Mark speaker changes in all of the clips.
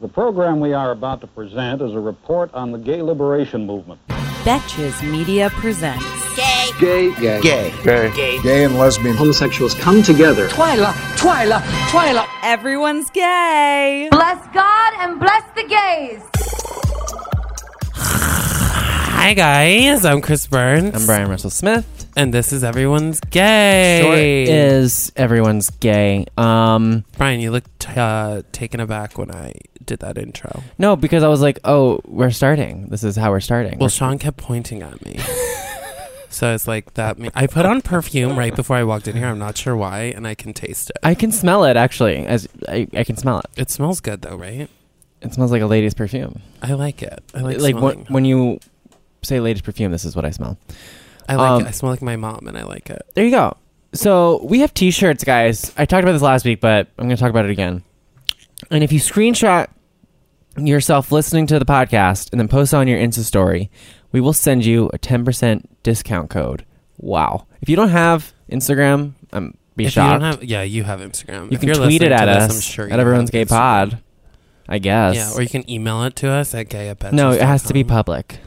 Speaker 1: The program we are about to present is a report on the gay liberation movement.
Speaker 2: Betches Media presents
Speaker 3: Gay.
Speaker 4: Gay. Gay.
Speaker 5: Gay.
Speaker 6: Gay. Gay.
Speaker 7: Gay and lesbian.
Speaker 4: Homosexuals come together.
Speaker 8: Twyla. Twyla. Twyla.
Speaker 2: Everyone's Gay.
Speaker 9: Bless God and bless the gays.
Speaker 10: Hi guys, I'm Chris Burns.
Speaker 5: I'm Brian Russell Smith.
Speaker 10: And this is Everyone's Gay.
Speaker 5: Short is Everyone's Gay. Um,
Speaker 10: Brian, you looked uh, taken aback when I did that intro.
Speaker 5: no, because I was like, oh, we're starting. This is how we're starting.
Speaker 10: Well, Sean kept pointing at me. so it's like that. Me- I put on perfume right before I walked in here. I'm not sure why, and I can taste it.
Speaker 5: I can smell it actually. As I, I can smell it.
Speaker 10: It smells good though, right?
Speaker 5: It smells like a lady's perfume.
Speaker 10: I like it. I like,
Speaker 5: Like
Speaker 10: smelling.
Speaker 5: when, when you say lady's perfume, this is what I smell.
Speaker 10: I like
Speaker 5: um,
Speaker 10: it. I smell like my mom, and I like it.
Speaker 5: There you go. So we have T-shirts, guys. I talked about this last week, but I'm going to talk about it again. And if you screenshot yourself listening to the podcast and then post on your Insta story, we will send you a 10% discount code. Wow! If you don't have Instagram, I'm
Speaker 10: if
Speaker 5: be
Speaker 10: you
Speaker 5: shocked.
Speaker 10: don't have, yeah, you have Instagram.
Speaker 5: you
Speaker 10: If
Speaker 5: can
Speaker 10: you're
Speaker 5: tweet it
Speaker 10: listening
Speaker 5: at
Speaker 10: to
Speaker 5: us
Speaker 10: this, I'm sure you
Speaker 5: at
Speaker 10: have
Speaker 5: everyone's gay
Speaker 10: Instagram.
Speaker 5: pod. I guess.
Speaker 10: Yeah, or you can email it to us at gay at
Speaker 5: no, it has to be
Speaker 10: betches.com.
Speaker 5: public.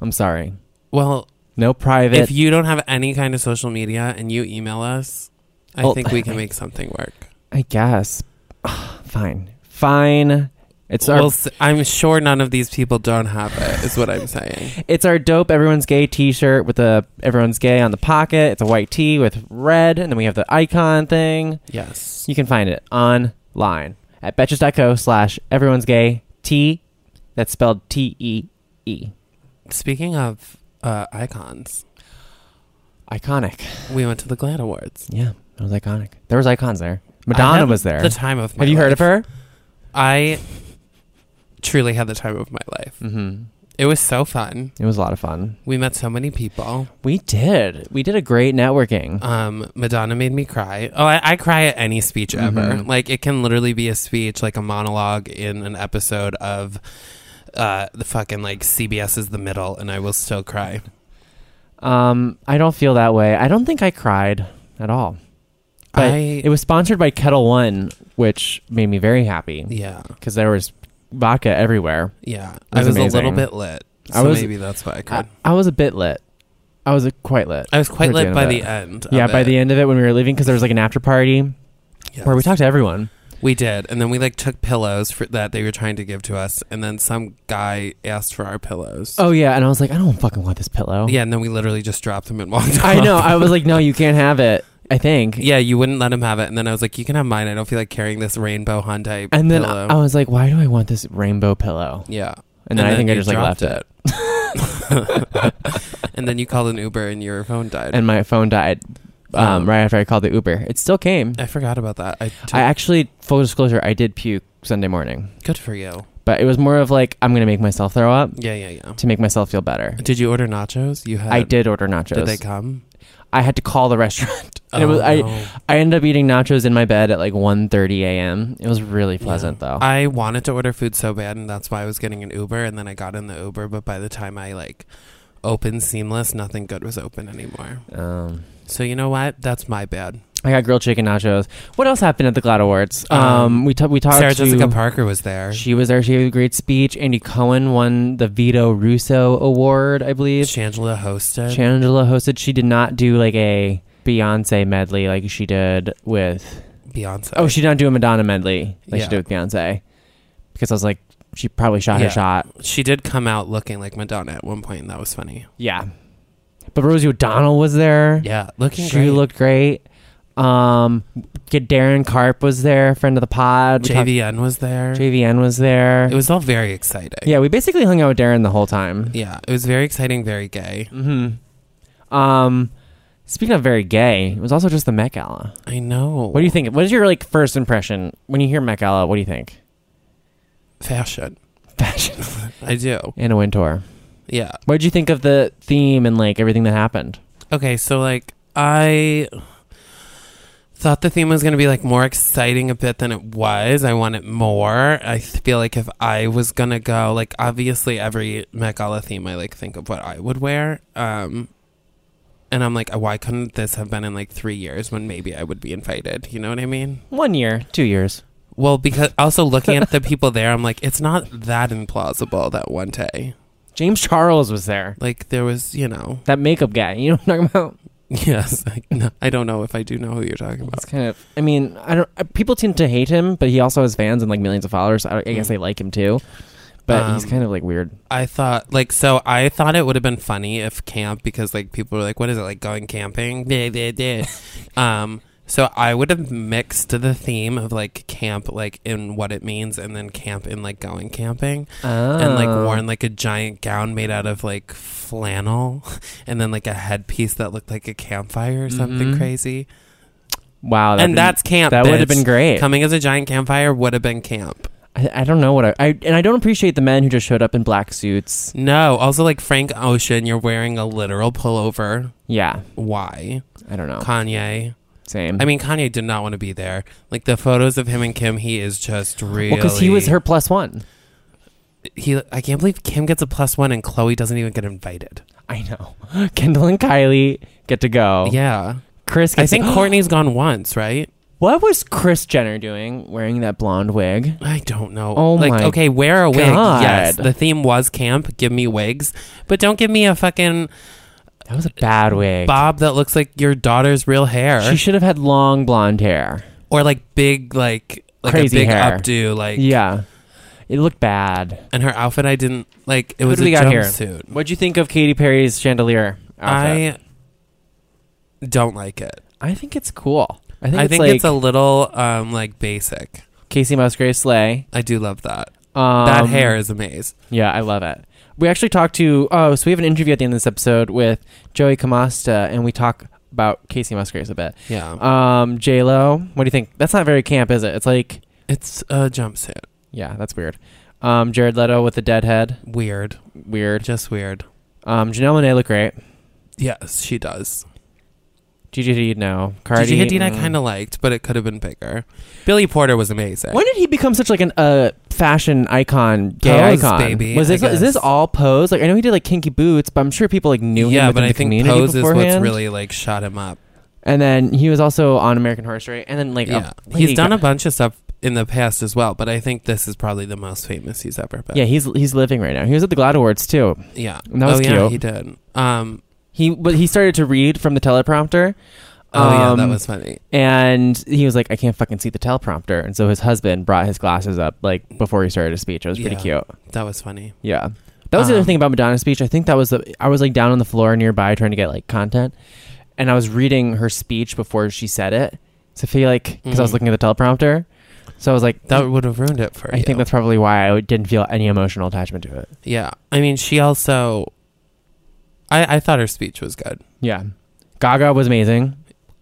Speaker 5: I'm sorry,
Speaker 10: Well,
Speaker 5: no private.
Speaker 10: if you don't have any kind of social media and you email us, I
Speaker 5: Well,
Speaker 10: think we can make something work.
Speaker 5: I guess. Fine, fine. It's our
Speaker 10: Well, s- I'm sure none of these people don't have it, is what I'm saying.
Speaker 5: It's our dope everyone's gay T-shirt with the everyone's gay on the pocket. It's a white tee with red, and then we have the icon thing.
Speaker 10: Yes.
Speaker 5: You can find it online at betches.co slash everyone's gay T. That's spelled T E E.
Speaker 10: Speaking of uh, icons,
Speaker 5: Iconic.
Speaker 10: we went to the Glad Awards.
Speaker 5: Yeah, it was iconic. There was icons there.
Speaker 10: I
Speaker 5: Madonna
Speaker 10: had
Speaker 5: was there.
Speaker 10: The time of my
Speaker 5: have you heard of
Speaker 10: life.
Speaker 5: her?
Speaker 10: I truly had the time of my life.
Speaker 5: Mm-hmm.
Speaker 10: It was so fun.
Speaker 5: It was a lot of fun.
Speaker 10: We met so many people.
Speaker 5: We did. We did a great networking.
Speaker 10: Um, Madonna made me cry. Oh, I, I cry at any speech
Speaker 5: Mm-hmm.
Speaker 10: ever. Like it can literally be a speech, like a monologue in an episode of uh, the fucking like CBS is the middle, and I will still cry.
Speaker 5: Um, I don't feel that way. I don't think I cried at all. But
Speaker 10: I
Speaker 5: it was sponsored by Kettle One, which made me very happy
Speaker 10: yeah
Speaker 5: because there was vodka everywhere.
Speaker 10: yeah.
Speaker 5: was
Speaker 10: I was a
Speaker 5: amazing.
Speaker 10: little bit lit, so
Speaker 5: I was-
Speaker 10: maybe that's why I cried.
Speaker 5: I, I was a bit lit. I was uh, quite lit.
Speaker 10: I, was quite
Speaker 5: towards
Speaker 10: lit
Speaker 5: end
Speaker 10: by
Speaker 5: of
Speaker 10: the
Speaker 5: it.
Speaker 10: end.
Speaker 5: yeah,
Speaker 10: of
Speaker 5: by
Speaker 10: it.
Speaker 5: the end of it when we were leaving because there was like an after party
Speaker 10: Yes.
Speaker 5: where we talked to everyone.
Speaker 10: We did, and then we like took pillows for, that they were trying to give to us, and then some guy asked for our pillows.
Speaker 5: Oh yeah, and I was like, I don't fucking want this pillow.
Speaker 10: yeah, and then we literally just dropped them and walked.
Speaker 5: I
Speaker 10: off.
Speaker 5: know. I was like, no, you can't have it. I think.
Speaker 10: Yeah, you wouldn't let him have it, and then I was like, "You can have mine. I don't feel like carrying this rainbow Hyundai."
Speaker 5: And then
Speaker 10: pillow.
Speaker 5: I was like, why do I want this rainbow pillow?
Speaker 10: yeah,
Speaker 5: And then I think I
Speaker 10: you
Speaker 5: just like
Speaker 10: dropped
Speaker 5: left it.
Speaker 10: it. and then you called an Uber, and your phone died.
Speaker 5: and my phone died um,
Speaker 10: Um,
Speaker 5: right after I called the Uber. It still came.
Speaker 10: I forgot about that. I, took,
Speaker 5: I actually, full disclosure, I did puke Sunday morning,
Speaker 10: good for you.
Speaker 5: but it was more of like I'm gonna make myself throw up
Speaker 10: Yeah, yeah, yeah.
Speaker 5: to make myself feel better.
Speaker 10: Did you order nachos? You had.
Speaker 5: I did order nachos.
Speaker 10: Did they come?
Speaker 5: I had to call the restaurant. And it
Speaker 10: Oh,
Speaker 5: was,
Speaker 10: no.
Speaker 5: I I ended up eating nachos in my bed at like 1:30 a.m. It was really pleasant though.
Speaker 10: I wanted to order food so bad, and that's why I was getting an Uber, and then I got in the Uber, but by the time I like opened Seamless, nothing good was open anymore.
Speaker 5: um,
Speaker 10: So you know what? That's my bad.
Speaker 5: I got grilled chicken nachos. What else happened at the Glad Awards? Um,
Speaker 10: Um,
Speaker 5: we ta- we talked
Speaker 10: Sarah
Speaker 5: to
Speaker 10: Jessica Parker was there.
Speaker 5: She was there. She gave a great speech. Andy Cohen won the Vito Russo Award, I believe.
Speaker 10: Shangela hosted.
Speaker 5: Shangela hosted. She did not do like a Beyonce medley like she did with.
Speaker 10: Beyonce.
Speaker 5: Oh, she did not do a Madonna medley like she
Speaker 10: Yeah.
Speaker 5: did with Beyonce, because I was like, she probably shot
Speaker 10: Yeah.
Speaker 5: her shot.
Speaker 10: She did come out looking like Madonna at one point, and that was funny.
Speaker 5: Yeah, but Rosie O'Donnell was there.
Speaker 10: Yeah, looking
Speaker 5: she
Speaker 10: great.
Speaker 5: looked great. Um, get Darren Carp was there, friend of the pod. We talked-
Speaker 10: JVN was there.
Speaker 5: JVN was there.
Speaker 10: It was all very exciting.
Speaker 5: yeah, we basically hung out with Darren the whole time.
Speaker 10: Yeah, it was very exciting, very gay. Mm-hmm.
Speaker 5: Um, speaking of very gay, it was also just the Met Gala.
Speaker 10: I know.
Speaker 5: What do you think? What is your like first impression when you hear Met Gala? What do you think?
Speaker 10: Fashion.
Speaker 5: Fashion.
Speaker 10: I do.
Speaker 5: Anna Wintour.
Speaker 10: Yeah.
Speaker 5: What did you think of the theme and like everything that happened?
Speaker 10: Okay, so like I thought the theme was going to be like more exciting a bit than it was. I want it more. I feel like if I was going to go, like obviously every Met Gala theme, I like think of what I would wear. Um, and I'm like, why couldn't this have been in like three years when maybe I would be invited? You know what I mean?
Speaker 5: One year, two years.
Speaker 10: Well, because also looking at the people there, I'm like, it's not that implausible that one day,
Speaker 5: James Charles was there.
Speaker 10: like there was, you know,
Speaker 5: That makeup guy. You know what I'm talking about?
Speaker 10: yes, I, no, I don't know if I do know who you're talking about.
Speaker 5: It's kind of. I mean, I don't. uh, People tend to hate him, but he also has fans and like millions of followers. I, I guess they like him too. But he's
Speaker 10: Mm. Um,
Speaker 5: kind of like weird.
Speaker 10: I thought like so I thought it would have been funny if camp because like people were like what is it like going camping Bleh, bleh, bleh. um so I would have mixed the theme of like camp like in what it means and then camp in like going camping and like
Speaker 5: Oh.
Speaker 10: worn like a giant gown made out of like flannel and then like a headpiece that looked like a campfire or something crazy
Speaker 5: Wow. that'd
Speaker 10: and
Speaker 5: be-
Speaker 10: that's camp
Speaker 5: Mm-hmm. That would have
Speaker 10: bitch.
Speaker 5: been great.
Speaker 10: coming as a giant campfire would have been camp
Speaker 5: I, I don't know what I, I. And I don't appreciate the men who just showed up in black suits.
Speaker 10: no also like Frank Ocean you're wearing a literal pullover
Speaker 5: Yeah.
Speaker 10: why
Speaker 5: I don't know.
Speaker 10: Oh. Kanye.
Speaker 5: Same.
Speaker 10: I mean, Kanye did not want to be there. Like the photos of him and Kim, he is just really.
Speaker 5: well, because he was her plus one.
Speaker 10: He, I can't believe Kim gets a plus one and Chloe doesn't even get invited.
Speaker 5: I know. Kendall and Kylie get to go.
Speaker 10: Yeah,
Speaker 5: Chris. Gets
Speaker 10: I think Courtney's gone once, right?
Speaker 5: What was Chris Jenner doing wearing that blonde wig?
Speaker 10: I don't know.
Speaker 5: Oh
Speaker 10: like,
Speaker 5: my
Speaker 10: okay, wear a wig.
Speaker 5: God.
Speaker 10: Yes, the theme was camp. Give me wigs, but don't give me a fucking
Speaker 5: That was a bad wig.
Speaker 10: bob that looks like your daughter's real hair,
Speaker 5: She should have had long blonde hair.
Speaker 10: or like big, like like
Speaker 5: Crazy
Speaker 10: a big
Speaker 5: hair.
Speaker 10: updo, like
Speaker 5: Yeah. It looked bad.
Speaker 10: And her outfit, I didn't like. It
Speaker 5: What
Speaker 10: was
Speaker 5: do
Speaker 10: a
Speaker 5: we got here?
Speaker 10: jumpsuit.
Speaker 5: What'd you think of Katy Perry's chandelier? outfit?
Speaker 10: I don't like it.
Speaker 5: I think it's cool. I think,
Speaker 10: I
Speaker 5: it's,
Speaker 10: think
Speaker 5: like
Speaker 10: it's a little um like basic.
Speaker 5: Casey Musgrave's sleigh.
Speaker 10: I do love that.
Speaker 5: Um,
Speaker 10: that hair is a maze.
Speaker 5: Yeah, I love it. We actually talked to oh, so we have an interview at the end of this episode with Joey Camasta, and we talk about Casey Musgraves a bit.
Speaker 10: Yeah.
Speaker 5: Um, J Lo, what do you think? That's not very camp, is it? It's like
Speaker 10: It's a jumpsuit.
Speaker 5: yeah, that's weird. Um, Jared Leto with the dead head,
Speaker 10: Weird.
Speaker 5: weird.
Speaker 10: Just weird.
Speaker 5: Um, Janelle Monae look great.
Speaker 10: Yes, she does.
Speaker 5: Gigi Hadid, no. Cardi,
Speaker 10: Gigi Hadid I
Speaker 5: mm.
Speaker 10: kind of liked, but it could have been bigger. Billy Porter was amazing.
Speaker 5: When did he become such like an uh fashion icon, gay
Speaker 10: Pose,
Speaker 5: icon?
Speaker 10: baby,
Speaker 5: was this
Speaker 10: I
Speaker 5: is this
Speaker 10: guess.
Speaker 5: all pose? Like I know he did like kinky boots, but I'm sure people like knew him.
Speaker 10: Yeah, but
Speaker 5: within
Speaker 10: I
Speaker 5: the
Speaker 10: think
Speaker 5: community
Speaker 10: Pose is what's
Speaker 5: beforehand.
Speaker 10: really like shot him up.
Speaker 5: And then he was also on American Horror Story. And then like a-
Speaker 10: Yeah,
Speaker 5: like,
Speaker 10: he's
Speaker 5: he
Speaker 10: done
Speaker 5: got-
Speaker 10: a bunch of stuff in the past as well, but I think this is probably the most famous he's ever been.
Speaker 5: yeah, he's he's living right now. He was at the Glad Awards too.
Speaker 10: yeah.
Speaker 5: And that was
Speaker 10: oh yeah,
Speaker 5: cute.
Speaker 10: he did. Um,
Speaker 5: He but he started to read from the teleprompter.
Speaker 10: oh yeah, that
Speaker 5: Um,
Speaker 10: was funny.
Speaker 5: And he was like, I can't fucking see the teleprompter. And so his husband brought his glasses up like before he started his speech. It was pretty
Speaker 10: Yeah.
Speaker 5: cute.
Speaker 10: That was funny.
Speaker 5: Yeah. That was the other
Speaker 10: Um,
Speaker 5: thing about Madonna's speech. I think that was the I was like down on the floor nearby trying to get like content, and I was reading her speech before she said it. So I feel like because I was
Speaker 10: Mhm.
Speaker 5: looking at the teleprompter, so I was like,
Speaker 10: That would have ruined it for
Speaker 5: Mm. I
Speaker 10: you.
Speaker 5: think that's probably why I didn't feel any emotional attachment to it.
Speaker 10: Yeah. I mean, she also. I, I thought her speech was good.
Speaker 5: Yeah, Gaga was amazing.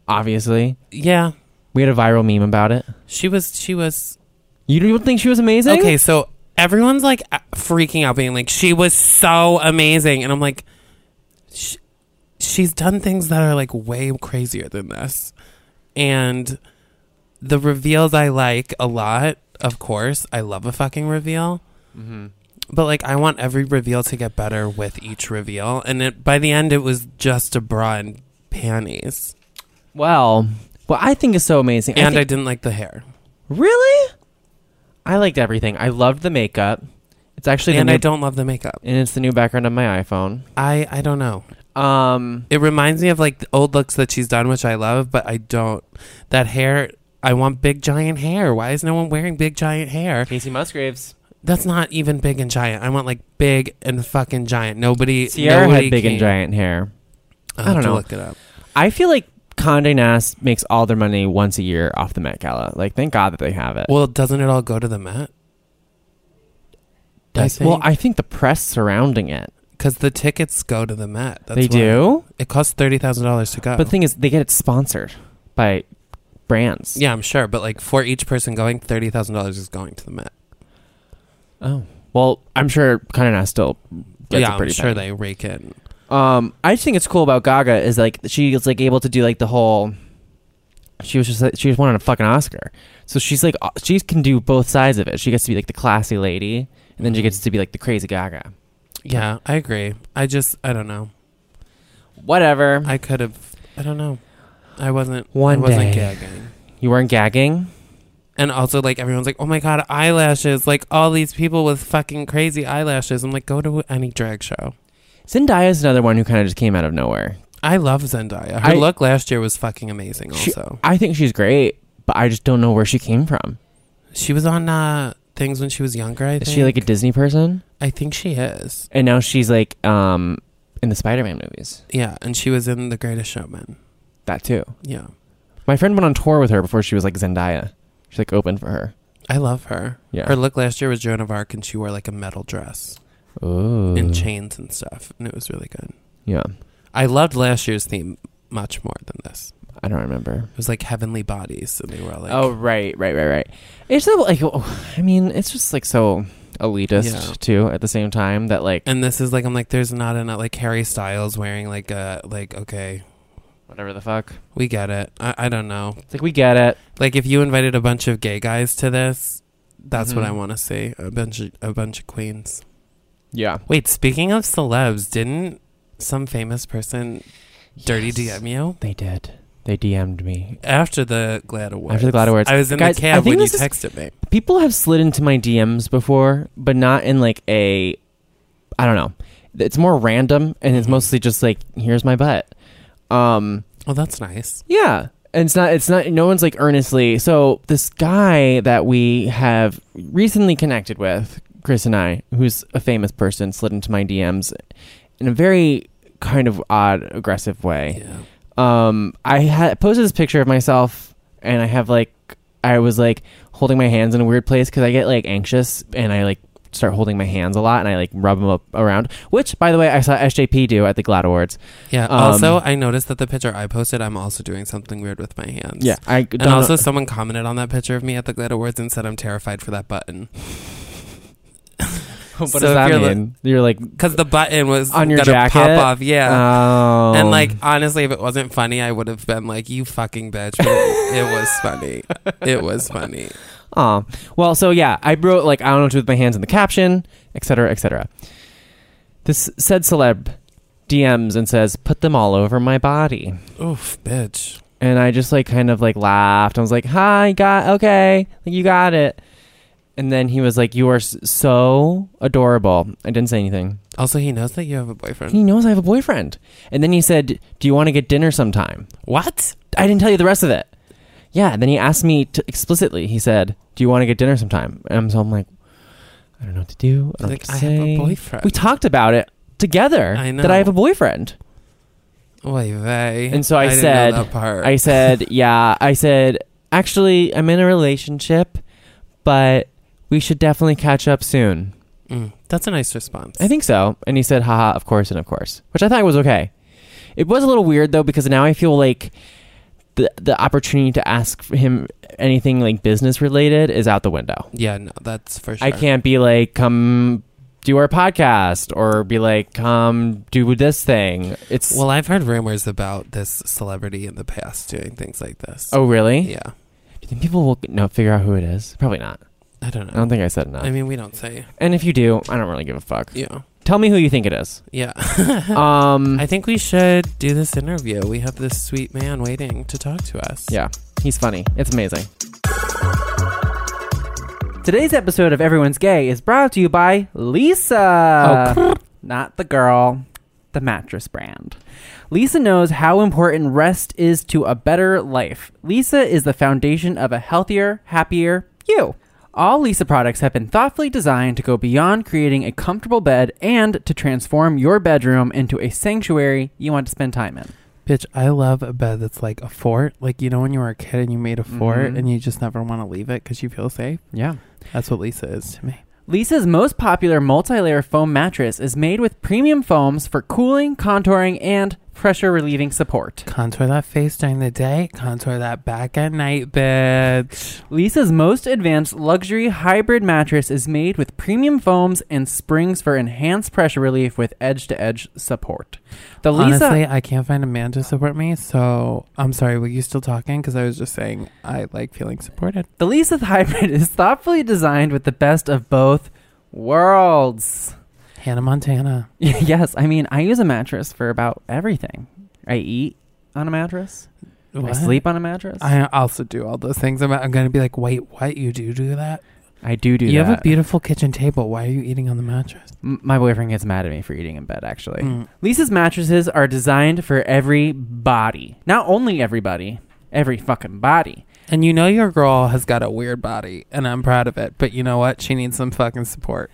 Speaker 5: Obviously,
Speaker 10: Yeah.
Speaker 5: we had a viral meme about it.
Speaker 10: She was. She was.
Speaker 5: You don't think she was amazing?
Speaker 10: Okay, so everyone's like a- freaking out, being like, she was so amazing. And I'm like, sh- she's done things that are like way crazier than this. And the reveals I like a lot, of course. I love a fucking reveal.
Speaker 5: Mm-hmm.
Speaker 10: But like, I want every reveal to get better with each reveal. And it, by the end, it was just a bra and panties.
Speaker 5: Well, what I think is so amazing, I
Speaker 10: And I
Speaker 5: think-
Speaker 10: didn't like the hair.
Speaker 5: really, I liked everything. I loved the makeup. It's actually the
Speaker 10: And
Speaker 5: new,
Speaker 10: I don't love the makeup.
Speaker 5: and it's the new background on my iPhone.
Speaker 10: I, I don't know.
Speaker 5: Um,
Speaker 10: It reminds me of like the old looks that she's done, which I love, but I don't. That hair, I want big giant hair. Why is no one wearing big giant hair?
Speaker 5: Casey Musgraves.
Speaker 10: That's not even big and giant. I want like big and fucking giant. Nobody.
Speaker 5: Sierra
Speaker 10: nobody
Speaker 5: had big and
Speaker 10: came.
Speaker 5: giant hair.
Speaker 10: I'll
Speaker 5: I
Speaker 10: have
Speaker 5: don't
Speaker 10: to
Speaker 5: know.
Speaker 10: Look it up.
Speaker 5: I feel like Condé Nast makes all their money once a year off the Met Gala. Like, thank God that they have it.
Speaker 10: Well, doesn't it all go to the Met?
Speaker 5: I, well, I think the press surrounding it.
Speaker 10: because the tickets go to the Met. That's
Speaker 5: they
Speaker 10: why. Oh.
Speaker 5: do,
Speaker 10: It costs thirty thousand dollars to go.
Speaker 5: but the thing is, they get it sponsored by brands.
Speaker 10: yeah, I'm sure. But like for each person going, thirty thousand dollars is going to the Met.
Speaker 5: Oh. Well, I'm sure Condé Nast still. Gets
Speaker 10: yeah,
Speaker 5: a
Speaker 10: I'm
Speaker 5: pretty
Speaker 10: sure
Speaker 5: penny.
Speaker 10: they rake in.
Speaker 5: Um, I just think it's cool about Gaga is like she's like able to do like the whole. She was just like, she just won a fucking Oscar, so she's like uh, she can do both sides of it. She gets to be like the classy lady, and then she
Speaker 10: Mm-hmm.
Speaker 5: gets to be like the crazy Gaga.
Speaker 10: Yeah, I agree. I just I don't know.
Speaker 5: Whatever.
Speaker 10: I could have. I don't know. I wasn't.
Speaker 5: Mm-hmm. One
Speaker 10: I wasn't
Speaker 5: day.
Speaker 10: gagging.
Speaker 5: you weren't gagging.
Speaker 10: And also, like, everyone's like, oh my God, eyelashes. Like, all these people with fucking crazy eyelashes. I'm like, go to any drag show.
Speaker 5: Zendaya is another one who kind of just came out of nowhere.
Speaker 10: I love Zendaya. Her
Speaker 5: I-
Speaker 10: look last year was fucking amazing,
Speaker 5: She-
Speaker 10: also.
Speaker 5: I think she's great, but I just don't know where she came from.
Speaker 10: She was on uh, things when she was younger, I think.
Speaker 5: Is she like a Disney person?
Speaker 10: I think she is.
Speaker 5: And now she's like um in the Spider-Man movies.
Speaker 10: Yeah. And she was in The Greatest Showman.
Speaker 5: That too.
Speaker 10: Yeah.
Speaker 5: My friend went on tour with her before she was like Zendaya. She's like open for her.
Speaker 10: I love her.
Speaker 5: Yeah.
Speaker 10: Her look last year was Joan of Arc, and she wore like a metal dress
Speaker 5: Ooh.
Speaker 10: and chains and stuff, and it was really good.
Speaker 5: yeah.
Speaker 10: I loved last year's theme much more than this.
Speaker 5: I don't remember.
Speaker 10: It was like heavenly bodies, and they were all like,
Speaker 5: oh right, right, right, right. It's so like oh, I mean, it's just like so elitist
Speaker 10: Yeah.
Speaker 5: too at the same time that like
Speaker 10: And this is like, I'm like, there's not enough like Harry Styles wearing like a like, okay,
Speaker 5: whatever the fuck.
Speaker 10: we get it. I, I don't know.
Speaker 5: It's like we get it.
Speaker 10: Like if you invited a bunch of gay guys to this, that's what
Speaker 5: Mhm.
Speaker 10: I want to see. A bunch of a bunch of queens.
Speaker 5: Yeah.
Speaker 10: Wait, speaking of celebs, didn't some famous person dirty
Speaker 5: Yes.
Speaker 10: DM you?
Speaker 5: They did. They DM'd me.
Speaker 10: After the Glad Awards.
Speaker 5: After the GLAAD Awards.
Speaker 10: I was in
Speaker 5: Guys,
Speaker 10: the
Speaker 5: I
Speaker 10: cab
Speaker 5: think
Speaker 10: when you
Speaker 5: this is-
Speaker 10: texted me.
Speaker 5: People have slid into my DMs before, but not in like a I don't know. It's more random and
Speaker 10: Mm-hmm.
Speaker 5: it's mostly just like here's my butt. Um
Speaker 10: Well, that's nice.
Speaker 5: Yeah. And it's not it's not no one's like earnestly so this guy that we have recently connected with, Chris and I, who's a famous person, slid into my DMs in a very kind of odd, aggressive way.
Speaker 10: Yeah.
Speaker 5: Um I had posted this picture of myself and I have like I was like holding my hands in a weird place because I get like anxious and I like start holding my hands a lot and I like rub them up around. Which, by the way, I saw SJP do at the GLAAD Awards.
Speaker 10: Yeah.
Speaker 5: Um,
Speaker 10: also, I noticed that the picture I posted, I'm also doing something weird with my hands.
Speaker 5: Yeah, I don't
Speaker 10: And
Speaker 5: know-
Speaker 10: also, someone commented on that picture of me at the Glad Awards and said I'm terrified for that button
Speaker 5: what
Speaker 10: so
Speaker 5: does
Speaker 10: if
Speaker 5: that
Speaker 10: you're, like-
Speaker 5: mean? you're like
Speaker 10: because the button was
Speaker 5: On your
Speaker 10: gonna
Speaker 5: jacket?
Speaker 10: pop off. Yeah.
Speaker 5: Oh.
Speaker 10: and like honestly, if it wasn't funny, I would have been like, "You fucking bitch!" But it, it was funny. It was funny.
Speaker 5: oh, well, so yeah, I wrote like I don't know what to do with my hands in the caption, etc., etc. This said celeb DMs and says, "Put them all over my body,"
Speaker 10: Oof, bitch.
Speaker 5: and I just like kind of like laughed. I was like, "Hi, got okay, like you got it." And then he was like, "You are s- so adorable." I didn't say anything.
Speaker 10: Also, he knows that you have a boyfriend.
Speaker 5: He knows I have a boyfriend. And then he said, "Do you want to get dinner sometime?"
Speaker 10: What?
Speaker 5: I didn't tell you the rest of it. Yeah. Then he asked me to explicitly. He said, "Do you want to get dinner sometime?" And I'm- so I'm like, I don't know what to do. I don't know
Speaker 10: Like,
Speaker 5: what to
Speaker 10: I have a
Speaker 5: say."
Speaker 10: boyfriend.
Speaker 5: We talked about it together.
Speaker 10: I
Speaker 5: that I
Speaker 10: know.
Speaker 5: have a boyfriend.
Speaker 10: Oy vey.
Speaker 5: And so I,
Speaker 10: didn't know
Speaker 5: said,
Speaker 10: that part.
Speaker 5: I said, yeah. I said, actually, I'm in a relationship, but we should definitely catch up soon.
Speaker 10: Mm, that's a nice response.
Speaker 5: I think so. And he said, haha, of course and of course, which I thought was okay. It was a little weird though, because now I feel like the, the opportunity to ask him anything like business related is out the window.
Speaker 10: Yeah, no, that's for sure.
Speaker 5: I can't be like, come do our podcast or be like, come do this thing. It's,
Speaker 10: Well, I've heard rumors about this celebrity in the past doing things like this.
Speaker 5: oh, really?
Speaker 10: yeah.
Speaker 5: Do you think people will no, figure out who it is? Probably not.
Speaker 10: I don't know.
Speaker 5: I don't think I said enough.
Speaker 10: I mean, we don't say.
Speaker 5: and if you do, I don't really give a fuck.
Speaker 10: Yeah.
Speaker 5: Tell me who you think it is.
Speaker 10: Yeah.
Speaker 5: Um,
Speaker 10: I think we should do this interview. We have this sweet man waiting to talk to us.
Speaker 5: Yeah, he's funny. It's amazing. Today's episode of Everyone's Gay is brought to you by Lisa. Not the girl, the mattress brand. Lisa knows how important rest is to a better life. Lisa is the foundation of a healthier, happier you. All Lisa products have been thoughtfully designed to go beyond creating a comfortable bed and to transform your bedroom into a sanctuary you want to spend time in.
Speaker 10: Bitch, I love a bed that's like a fort. Like, you know, when you were a kid and you made a fort
Speaker 5: Mhm.
Speaker 10: and you just never want to leave it because you feel safe?
Speaker 5: Yeah.
Speaker 10: That's what Lisa is to me.
Speaker 3: Lisa's most popular multi-layer foam mattress is made with premium foams for cooling, contouring, and pressure relieving support.
Speaker 10: Contour that face during the day, contour that back at night, bitch.
Speaker 3: Lisa's most advanced luxury hybrid mattress is made with premium foams and springs for enhanced pressure relief with edge-to-edge support. The Lisa
Speaker 10: Honestly, I can't find a man to support me, so I'm sorry. Were you still talking? Because I was just saying I like feeling supported.
Speaker 3: The Lisa hybrid is thoughtfully designed with the best of both worlds.
Speaker 10: Hannah Montana.
Speaker 3: yes, I mean, I use a mattress for about everything. I eat on a mattress. I
Speaker 10: What?
Speaker 3: sleep on a mattress. I,
Speaker 10: I also do all those things. I'm, I'm going to be like, wait, what? You do do that?
Speaker 3: do do
Speaker 10: you
Speaker 3: that.
Speaker 10: have a beautiful kitchen table. Why are you eating on the mattress?
Speaker 3: M- My boyfriend gets mad at me for eating in bed, actually.
Speaker 10: Hmm.
Speaker 3: Lisa's mattresses are designed for every body. Not only everybody, every fucking body.
Speaker 10: And you know your girl has got a weird body, and I'm proud of it. But you know what? She needs some fucking support.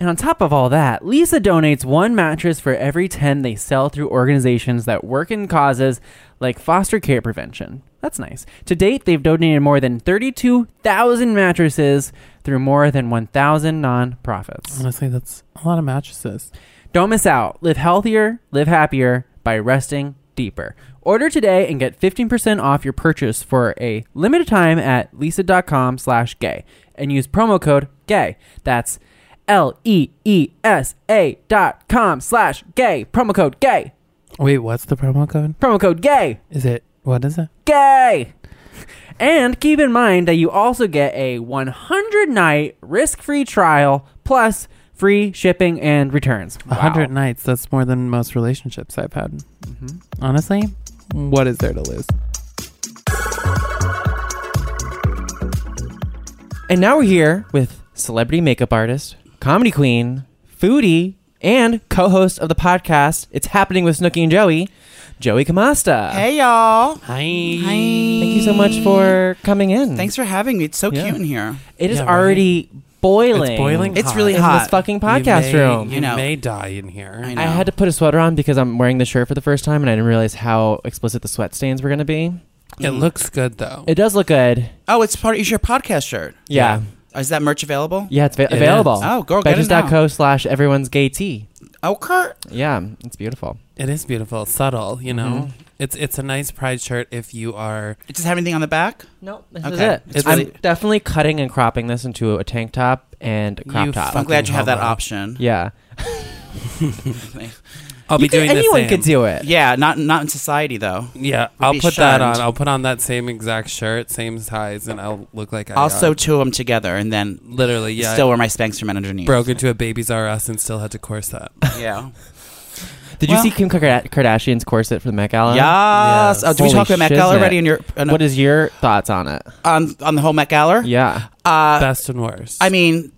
Speaker 3: And on top of all that, Lisa donates one mattress for every 10 they sell through organizations that work in causes like foster care prevention. That's nice. To date, they've donated more than 32,000 mattresses through more than 1,000 nonprofits.
Speaker 10: Honestly, that's a lot of mattresses.
Speaker 3: Don't miss out. Live healthier, live happier by resting deeper. Order today and get 15% off your purchase for a limited time at lisa.com slash gay and use promo code gay. That's E L-E-E-S-A dot com slash gay. Promo code gay.
Speaker 10: Wait, what's the promo code?
Speaker 3: Promo code gay.
Speaker 10: Is it, what is it?
Speaker 3: Gay. And keep in mind that you also get a 100 night risk free trial plus free shipping and returns.
Speaker 10: A
Speaker 3: Wow.
Speaker 10: 100 nights. That's more than most relationships I've had. Mm-hmm. Honestly, what is there to lose?
Speaker 5: And now we're here with celebrity makeup artist, comedy queen, foodie, and co-host of the podcast. It's happening with Snooki and Joey, Joey Camasta.
Speaker 4: Hey y'all.
Speaker 10: Hi.
Speaker 4: Thank
Speaker 5: Thank you so much for coming in.
Speaker 4: Thanks for having me. It's so
Speaker 5: Yeah.
Speaker 4: cute in here.
Speaker 5: It is
Speaker 10: Yeah, right.
Speaker 5: already boiling.
Speaker 10: It's boiling
Speaker 4: It's
Speaker 10: hot.
Speaker 4: really
Speaker 5: in
Speaker 4: hot.
Speaker 5: this fucking podcast
Speaker 10: you may,
Speaker 5: room.
Speaker 10: You,
Speaker 4: You know.
Speaker 10: may die in here.
Speaker 4: I
Speaker 5: I
Speaker 4: know.
Speaker 5: had to put a sweater on because I'm wearing the shirt for the first time and I didn't realize how explicit the sweat stains were going to be.
Speaker 10: It looks good though.
Speaker 5: It does look good.
Speaker 4: Oh, it's part. Is your podcast shirt?
Speaker 5: Yeah.
Speaker 4: Is that merch available?
Speaker 5: Yeah, it's va-
Speaker 10: is.
Speaker 5: available.
Speaker 4: Oh, girl, get it now.
Speaker 5: Betches.co slash everyone's gay tea.
Speaker 4: Oh, Kurt.
Speaker 5: Yeah, it's beautiful.
Speaker 10: It is beautiful, subtle. You know,
Speaker 4: Mm-hmm.
Speaker 10: it's it's a nice pride shirt if you are.
Speaker 4: It does have anything on the back?
Speaker 5: No, this
Speaker 4: is
Speaker 5: is
Speaker 4: Okay.
Speaker 5: it.
Speaker 4: it. It's
Speaker 5: I'm
Speaker 4: really-
Speaker 5: definitely cutting and cropping this into a tank top and a crop
Speaker 10: You
Speaker 5: top.
Speaker 4: I'm glad you have that
Speaker 10: homo.
Speaker 4: option.
Speaker 5: yeah.
Speaker 10: I'll be
Speaker 5: You could-
Speaker 10: doing
Speaker 5: anyone
Speaker 10: the same.
Speaker 5: could do it.
Speaker 4: Yeah, not not in society though.
Speaker 10: Yeah, I'll
Speaker 4: be
Speaker 10: put that on.
Speaker 4: shunned.
Speaker 10: I'll put on that same exact shirt, same size, and I'll look like I
Speaker 4: I'll sew
Speaker 10: got-
Speaker 4: two of them together and then
Speaker 10: literally yeah
Speaker 4: still wear my Spanx from underneath.
Speaker 10: broke into a baby's R Us and still had to corset.
Speaker 4: Yeah.
Speaker 5: Did
Speaker 4: Well-
Speaker 5: you see Kim Karda- Kardashian's corset for the Met Gala?
Speaker 4: yes. Oh, did we
Speaker 5: Holy
Speaker 4: talk about Met Gala
Speaker 5: shiznit.
Speaker 4: already? In your on,
Speaker 5: What is your thoughts on it?
Speaker 4: on on the whole Met Gala?
Speaker 5: Yeah.
Speaker 4: Uh,
Speaker 10: Best and worst.
Speaker 4: I mean,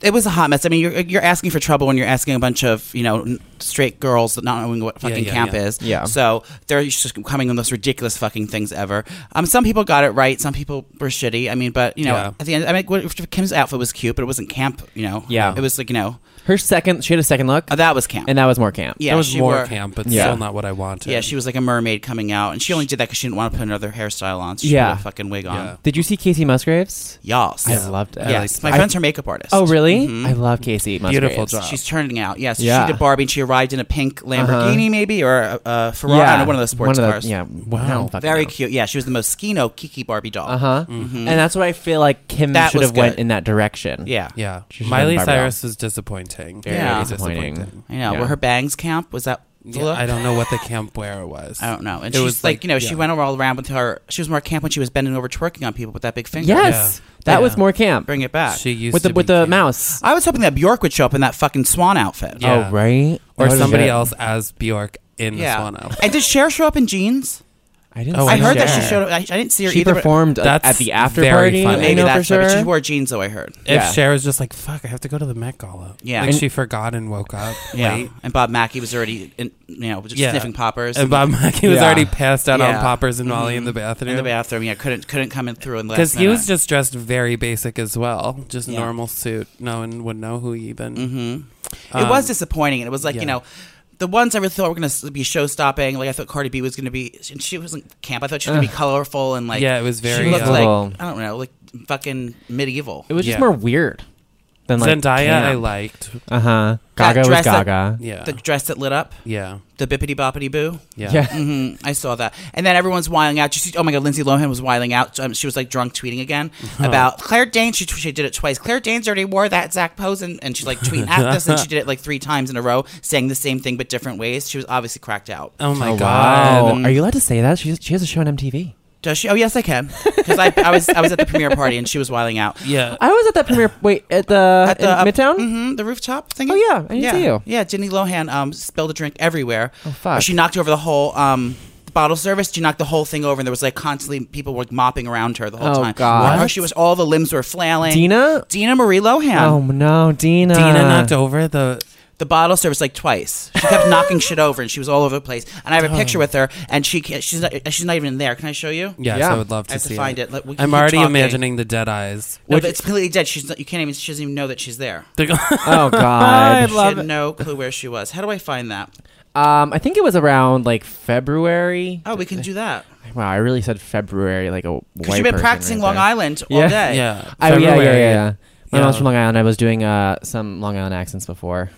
Speaker 4: it was a hot mess. I mean, you're, you're asking for trouble when you're asking a bunch of you know n- straight girls not knowing what fucking
Speaker 10: yeah,
Speaker 4: camp
Speaker 10: yeah.
Speaker 4: is.
Speaker 5: Yeah.
Speaker 4: So they're just coming on the most ridiculous fucking things ever. Um, some people got it right. Some people were shitty. I mean, but you know,
Speaker 10: Yeah.
Speaker 4: at the end, I mean, what- Kim's outfit was cute, but it wasn't camp. You know.
Speaker 5: Yeah.
Speaker 4: It was like you know
Speaker 5: Her second, she had a second look,
Speaker 4: uh, that was camp.
Speaker 5: and that was more camp.
Speaker 4: yeah,
Speaker 10: that was
Speaker 4: she
Speaker 10: more
Speaker 4: wore-
Speaker 10: camp, but
Speaker 5: Yeah.
Speaker 10: still not what I wanted.
Speaker 4: Yeah, she was like a mermaid coming out, and she only did that because she didn't want to put another hairstyle on. So she
Speaker 5: Yeah.
Speaker 4: put a fucking wig on.
Speaker 5: Did you see Casey Musgraves?
Speaker 4: Yas.
Speaker 5: I loved it.
Speaker 10: I
Speaker 4: Yes,
Speaker 10: liked
Speaker 4: my
Speaker 10: that.
Speaker 4: friend's her makeup artist.
Speaker 5: Oh, really?
Speaker 4: Mm-hmm.
Speaker 5: I love Casey Musgraves.
Speaker 10: Beautiful job. Uh-huh.
Speaker 4: She's turning out. Yes,
Speaker 5: Yeah.
Speaker 4: she did Barbie, and she arrived in a pink Lamborghini, maybe, or a, a Ferrari. I don't know, one of those sports
Speaker 5: one of the-
Speaker 4: cars.
Speaker 5: Yeah.
Speaker 10: Wow.
Speaker 5: I don't fucking
Speaker 4: very
Speaker 5: know.
Speaker 4: cute. Yeah, she was the Moschino Kiki Barbie doll.
Speaker 10: Uh-huh.
Speaker 5: Uh huh. And that's what I feel like Kim
Speaker 4: Mm-hmm. That
Speaker 5: should
Speaker 4: was
Speaker 5: have went
Speaker 4: good.
Speaker 5: in that direction.
Speaker 4: Yeah,
Speaker 10: yeah.
Speaker 5: She's
Speaker 10: Miley
Speaker 5: been Barbie
Speaker 10: Cyrus was disappointing. Very
Speaker 4: Yeah.
Speaker 5: disappointing.
Speaker 4: I know.
Speaker 5: Yeah.
Speaker 4: Were her bangs camp? Was that the
Speaker 10: Yeah,
Speaker 4: look?
Speaker 10: I don't know what the camp wear was.
Speaker 4: I don't know. And
Speaker 10: It
Speaker 4: she's
Speaker 10: was
Speaker 4: like,
Speaker 10: like-
Speaker 4: you know, she
Speaker 10: yeah.
Speaker 4: went all around with her. She was more camp when she was bending over twerking on people with that big finger.
Speaker 5: Yes,
Speaker 10: Yeah.
Speaker 5: that
Speaker 10: Yeah.
Speaker 5: was more camp
Speaker 4: bring it back.
Speaker 10: She used
Speaker 5: with the
Speaker 10: to
Speaker 5: with
Speaker 10: be
Speaker 5: the
Speaker 10: camp.
Speaker 5: mouse.
Speaker 4: I was hoping that Bjork would show up in that fucking swan outfit.
Speaker 10: Yeah.
Speaker 5: Oh right.
Speaker 10: or
Speaker 5: That would've
Speaker 10: somebody
Speaker 5: been-
Speaker 10: else as Bjork in
Speaker 4: Yeah.
Speaker 10: the Swan outfit.
Speaker 4: And did Cher show up in jeans?
Speaker 5: I didn't.
Speaker 10: Oh,
Speaker 5: see
Speaker 4: I heard
Speaker 5: Cher.
Speaker 4: that she showed up. I, I didn't see her
Speaker 5: She
Speaker 4: either. but-
Speaker 5: performed uh,
Speaker 10: That's
Speaker 5: at the after
Speaker 10: very
Speaker 5: party.
Speaker 10: funny.
Speaker 5: I
Speaker 4: Maybe
Speaker 5: know for
Speaker 4: that's
Speaker 5: sure.
Speaker 4: But she wore jeans, though. I heard.
Speaker 10: If
Speaker 5: Yeah.
Speaker 10: Cher was just like, fuck, I have to go to the Met Gala.
Speaker 4: Yeah.
Speaker 10: Like
Speaker 4: And-
Speaker 10: she forgot and woke up
Speaker 4: Yeah.
Speaker 10: late.
Speaker 4: And Bob Mackey was already, in, you know, just
Speaker 10: Yeah.
Speaker 4: sniffing poppers.
Speaker 10: And Bob Mackey was
Speaker 5: Yeah.
Speaker 10: already passed out on
Speaker 4: Yeah. Mm-hmm.
Speaker 10: poppers and Molly in the bathroom.
Speaker 4: in the bathroom. Yeah, couldn't couldn't come in through in the
Speaker 10: Because
Speaker 4: last
Speaker 10: he was
Speaker 4: minute.
Speaker 10: just dressed very basic as well. Just
Speaker 4: Yeah. Mm-hmm.
Speaker 10: normal suit. No one would know who he even.
Speaker 4: it was disappointing, and it was like
Speaker 10: um, yeah.
Speaker 4: you know. The ones I really thought were going to be show stopping, like I thought Cardi B was going to be, and she wasn't camp. I thought she was going to be colorful and like,
Speaker 10: Yeah, it was very,
Speaker 4: She looked
Speaker 5: uh, Little-
Speaker 4: like I don't know, like fucking medieval.
Speaker 5: It was just
Speaker 10: Yeah.
Speaker 5: more weird than like
Speaker 10: Zendaya, I liked.
Speaker 5: Uh huh.
Speaker 4: That
Speaker 5: Gaga was
Speaker 4: dress that-
Speaker 5: Gaga.
Speaker 10: Yeah.
Speaker 4: The dress that lit up,
Speaker 10: yeah.
Speaker 4: the bippity boppity boo.
Speaker 10: Yeah.
Speaker 5: Yeah.
Speaker 4: hmm I saw that, and then everyone's wiling out. You see, oh my god, Lindsay Lohan was wiling out. Um, she was like drunk tweeting again about Claire Danes. She, she did it twice. Claire Danes already wore that Zach pose, and, and she's like tweeting at this, and she did it like three times in a row, saying the same thing but different ways. She was obviously cracked out.
Speaker 10: Oh my
Speaker 5: Oh,
Speaker 4: Um,
Speaker 10: God.
Speaker 5: wow. Are you allowed to say that? She's, she has a show on MTV.
Speaker 4: Does she? Oh yes, I can. Because I, I was I was at the premiere party and she was wiling out
Speaker 10: Yeah.
Speaker 5: I was at that premiere. Wait, at the,
Speaker 4: at the
Speaker 5: in
Speaker 4: up-
Speaker 5: Midtown.
Speaker 4: mhm, the rooftop thing.
Speaker 5: Oh, yeah, I didn't
Speaker 4: yeah,
Speaker 5: see you.
Speaker 4: Yeah, Jenny Lohan um, spilled a drink everywhere.
Speaker 5: Oh, fuck.
Speaker 4: She knocked over the whole um, bottle service, she knocked the whole thing over, and there was like constantly people were mopping around her the whole
Speaker 5: Oh,
Speaker 4: time.
Speaker 5: God.
Speaker 4: Or she was all the limbs were flailing.
Speaker 5: Dina?
Speaker 4: Dina Marie Lohan.
Speaker 5: Oh no, Dina.
Speaker 10: Dina knocked over the.
Speaker 4: the bottle service like twice. She kept knocking shit over, and she was all over the place. And I have a picture with her, and she can't, she's not she's not even there. Can I show you?
Speaker 10: Yes,
Speaker 5: Yeah.
Speaker 10: I would love to
Speaker 4: I have to
Speaker 10: see
Speaker 4: find it. Let- we
Speaker 10: I'm
Speaker 4: keep
Speaker 10: already
Speaker 4: talking.
Speaker 10: imagining the dead eyes.
Speaker 4: No, but it's completely dead. She's not, you can't even she doesn't even know that she's there.
Speaker 10: They're go-
Speaker 5: Oh god.
Speaker 4: she had no clue where she was. How do I find that?
Speaker 5: Um, I think it was around like February.
Speaker 4: Oh, we can do that.
Speaker 5: Wow, I really said February like a white.
Speaker 4: Because you've been
Speaker 5: person
Speaker 4: practicing
Speaker 5: right
Speaker 4: Long
Speaker 5: there.
Speaker 4: Island all
Speaker 5: Yeah.
Speaker 4: day.
Speaker 10: yeah,
Speaker 5: Oh yeah, yeah, yeah,
Speaker 10: February.
Speaker 5: yeah. When I was
Speaker 10: Yeah.
Speaker 5: from Long Island, I was doing uh, some Long Island accents before.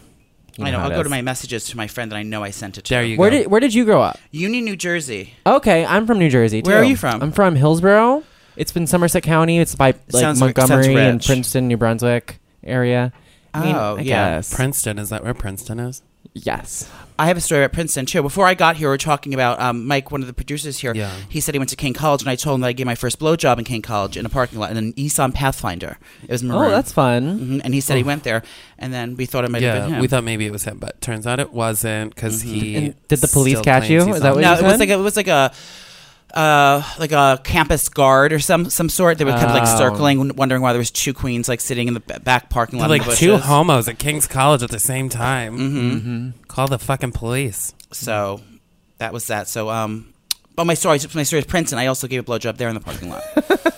Speaker 5: You
Speaker 4: I know.
Speaker 5: how
Speaker 4: I'll
Speaker 5: it
Speaker 4: go
Speaker 5: is.
Speaker 4: to my messages to my friend that I know I sent it to.
Speaker 10: There you
Speaker 5: Where
Speaker 10: go.
Speaker 5: did Where did you grow up?
Speaker 4: Union, New Jersey.
Speaker 5: Okay, I'm from New Jersey. Too.
Speaker 4: Where are you from?
Speaker 5: I'm from Hillsborough. It's been Somerset County. It's by like
Speaker 4: Sounds-
Speaker 5: Montgomery
Speaker 4: sounds
Speaker 5: and
Speaker 4: rich.
Speaker 5: Princeton, New Brunswick area. I mean,
Speaker 4: Oh,
Speaker 5: I
Speaker 4: yeah.
Speaker 5: guess.
Speaker 10: Princeton is that where Princeton is?
Speaker 5: yes.
Speaker 4: I have a story about Princeton too. Before I got here, we were talking about um, Mike, one of the producers here.
Speaker 10: Yeah.
Speaker 4: He said he went to King College, and I told him that I gave my first blowjob in King College in a parking lot in an Nissan Pathfinder. It was maroon.
Speaker 5: Oh, that's fun.
Speaker 4: Mhm, And he said he went there, and then we thought it might have been
Speaker 10: Yeah,
Speaker 4: him. Mm-hmm.
Speaker 10: we thought maybe it was him, but turns out it wasn't because he.
Speaker 5: And did the police
Speaker 10: still
Speaker 5: catch
Speaker 10: claims
Speaker 5: you?
Speaker 10: he's
Speaker 5: Is that
Speaker 10: on-
Speaker 5: what
Speaker 4: no,
Speaker 5: you
Speaker 4: it was
Speaker 5: said?
Speaker 4: like a, it was like a. Uh, like a campus guard or some some sort. They were kind of like
Speaker 5: Oh.
Speaker 4: circling, wondering why there was two queens like sitting in the b- back parking lot.
Speaker 10: They're
Speaker 4: in the
Speaker 10: like two
Speaker 4: bushes.
Speaker 10: homos at King's College at the same time. Mm-hmm. Call the fucking police.
Speaker 4: So that was that. So um, but my story, my story is Princeton. I also gave a blowjob there in the parking lot,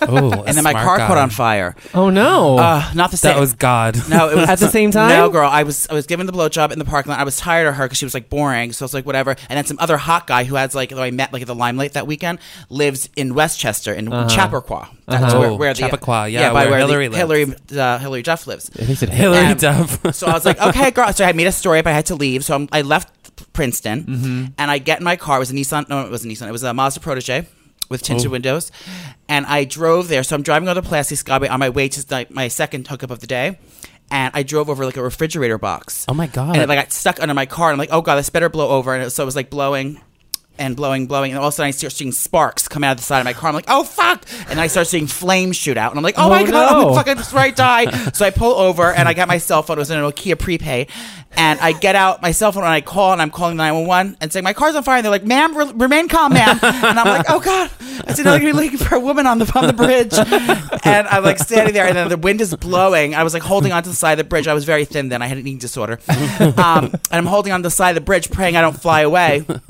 Speaker 10: Oh,
Speaker 4: and then my car caught on fire.
Speaker 5: Oh no.
Speaker 4: Uh, not the same.
Speaker 10: That was God.
Speaker 4: no. It was
Speaker 5: At the same time?
Speaker 4: No, girl. I was I was giving the blowjob in the parking lot. I was tired of her because she was like boring. So I was like whatever. And then some other hot guy who has like who I met like at the limelight that weekend lives in Westchester in Chappaqua. That's
Speaker 10: Uh-huh.
Speaker 4: where,
Speaker 10: Oh,
Speaker 4: where the
Speaker 10: Chappaqua, yeah,
Speaker 4: by
Speaker 10: where
Speaker 4: where
Speaker 10: Hillary
Speaker 4: the,
Speaker 10: lives.
Speaker 4: Hillary uh, Hillary Duff lives.
Speaker 5: I think it-
Speaker 10: Hillary
Speaker 4: Um,
Speaker 10: Duff.
Speaker 4: So I was like, okay, girl. So I made a story up. I had to leave. So I'm, I left Princeton
Speaker 10: Mm-hmm.
Speaker 4: and I get in my car. It was a Nissan. No, it was a Nissan. It was a Mazda Protege with tinted
Speaker 10: Oh.
Speaker 4: windows. And I drove there. So I'm driving on the Pulaski Skyway on my way to like, my second hookup of the day. And I drove over like a refrigerator box.
Speaker 10: Oh my God.
Speaker 4: And it, like, I got stuck under my car. And I'm like, oh God, this better blow over. And it, so it was like blowing. And blowing, blowing, and all of a sudden I start seeing sparks come out of the side of my car. I'm like, "Oh fuck!" And I start seeing flames shoot out, and I'm like, "Oh, my
Speaker 5: Oh,
Speaker 4: god, I'm
Speaker 5: no.
Speaker 4: fucking just right die. So I pull over and I got my cell phone. It was an Nokia prepaid. And I get out my cell phone and I call and I'm calling 911 and saying, my car's on fire. And they're like, ma'am, re- remain calm, ma'am. And I'm like, oh God, I said, no, you're looking for a woman on the, on the bridge. And I'm like standing there and then the wind is blowing. I was like holding onto the side of the bridge. I was very thin then. I had an eating disorder. Um, and I'm holding on the side of the bridge praying I don't fly away. And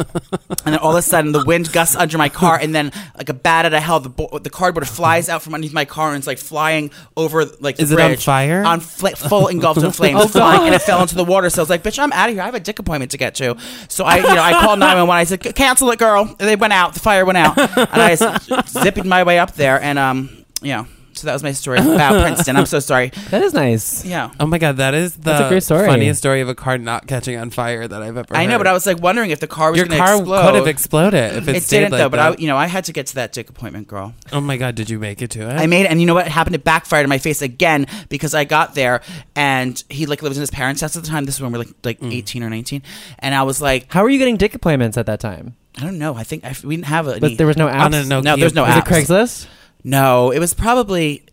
Speaker 4: then all of a sudden, the wind gusts under my car, and then like a bat out of hell, the bo- the cardboard flies out from underneath my car and it's like flying over like the
Speaker 10: Is it on
Speaker 4: bridge,
Speaker 10: fire? Oh,
Speaker 4: On fl- full engulfed in flames, flying, and it fell into the water. So I was like, "Bitch, I'm out of here. I have a dick appointment to get to." So I, you know, I called nine one one. I said, "C- "Cancel it, girl." And they went out. The fire went out, and I s- zipped my way up there, and um, you know, so that was my story about Princeton. I'm so sorry.
Speaker 5: that is nice.
Speaker 4: Yeah.
Speaker 10: oh my God, that is the
Speaker 5: That's a great story.
Speaker 10: funniest story of a car not catching on fire that I've ever.
Speaker 4: I know,
Speaker 10: heard.
Speaker 4: but I was like wondering if the car was
Speaker 10: Your
Speaker 4: going to
Speaker 10: car
Speaker 4: explode.
Speaker 10: could have exploded if it,
Speaker 4: it
Speaker 10: stayed
Speaker 4: didn't
Speaker 10: like
Speaker 4: though, but
Speaker 10: that.
Speaker 4: I, you know, I had to get to that dick appointment, girl.
Speaker 10: oh my God, did you make it to it?
Speaker 4: I made it, and you know what happened? It backfired in my face again because I got there, and he like lived in his parents' house at the time. This is when we are like like
Speaker 5: Mm.
Speaker 4: eighteen or nineteen, and I was like,
Speaker 5: How were you getting dick appointments at that time?
Speaker 4: I don't know. I think I, we didn't have a.
Speaker 5: But there was no
Speaker 10: on
Speaker 5: apps.
Speaker 10: a Nokia.
Speaker 4: No, there's no
Speaker 5: was
Speaker 4: app.
Speaker 5: it Craigslist?
Speaker 4: no. It was probably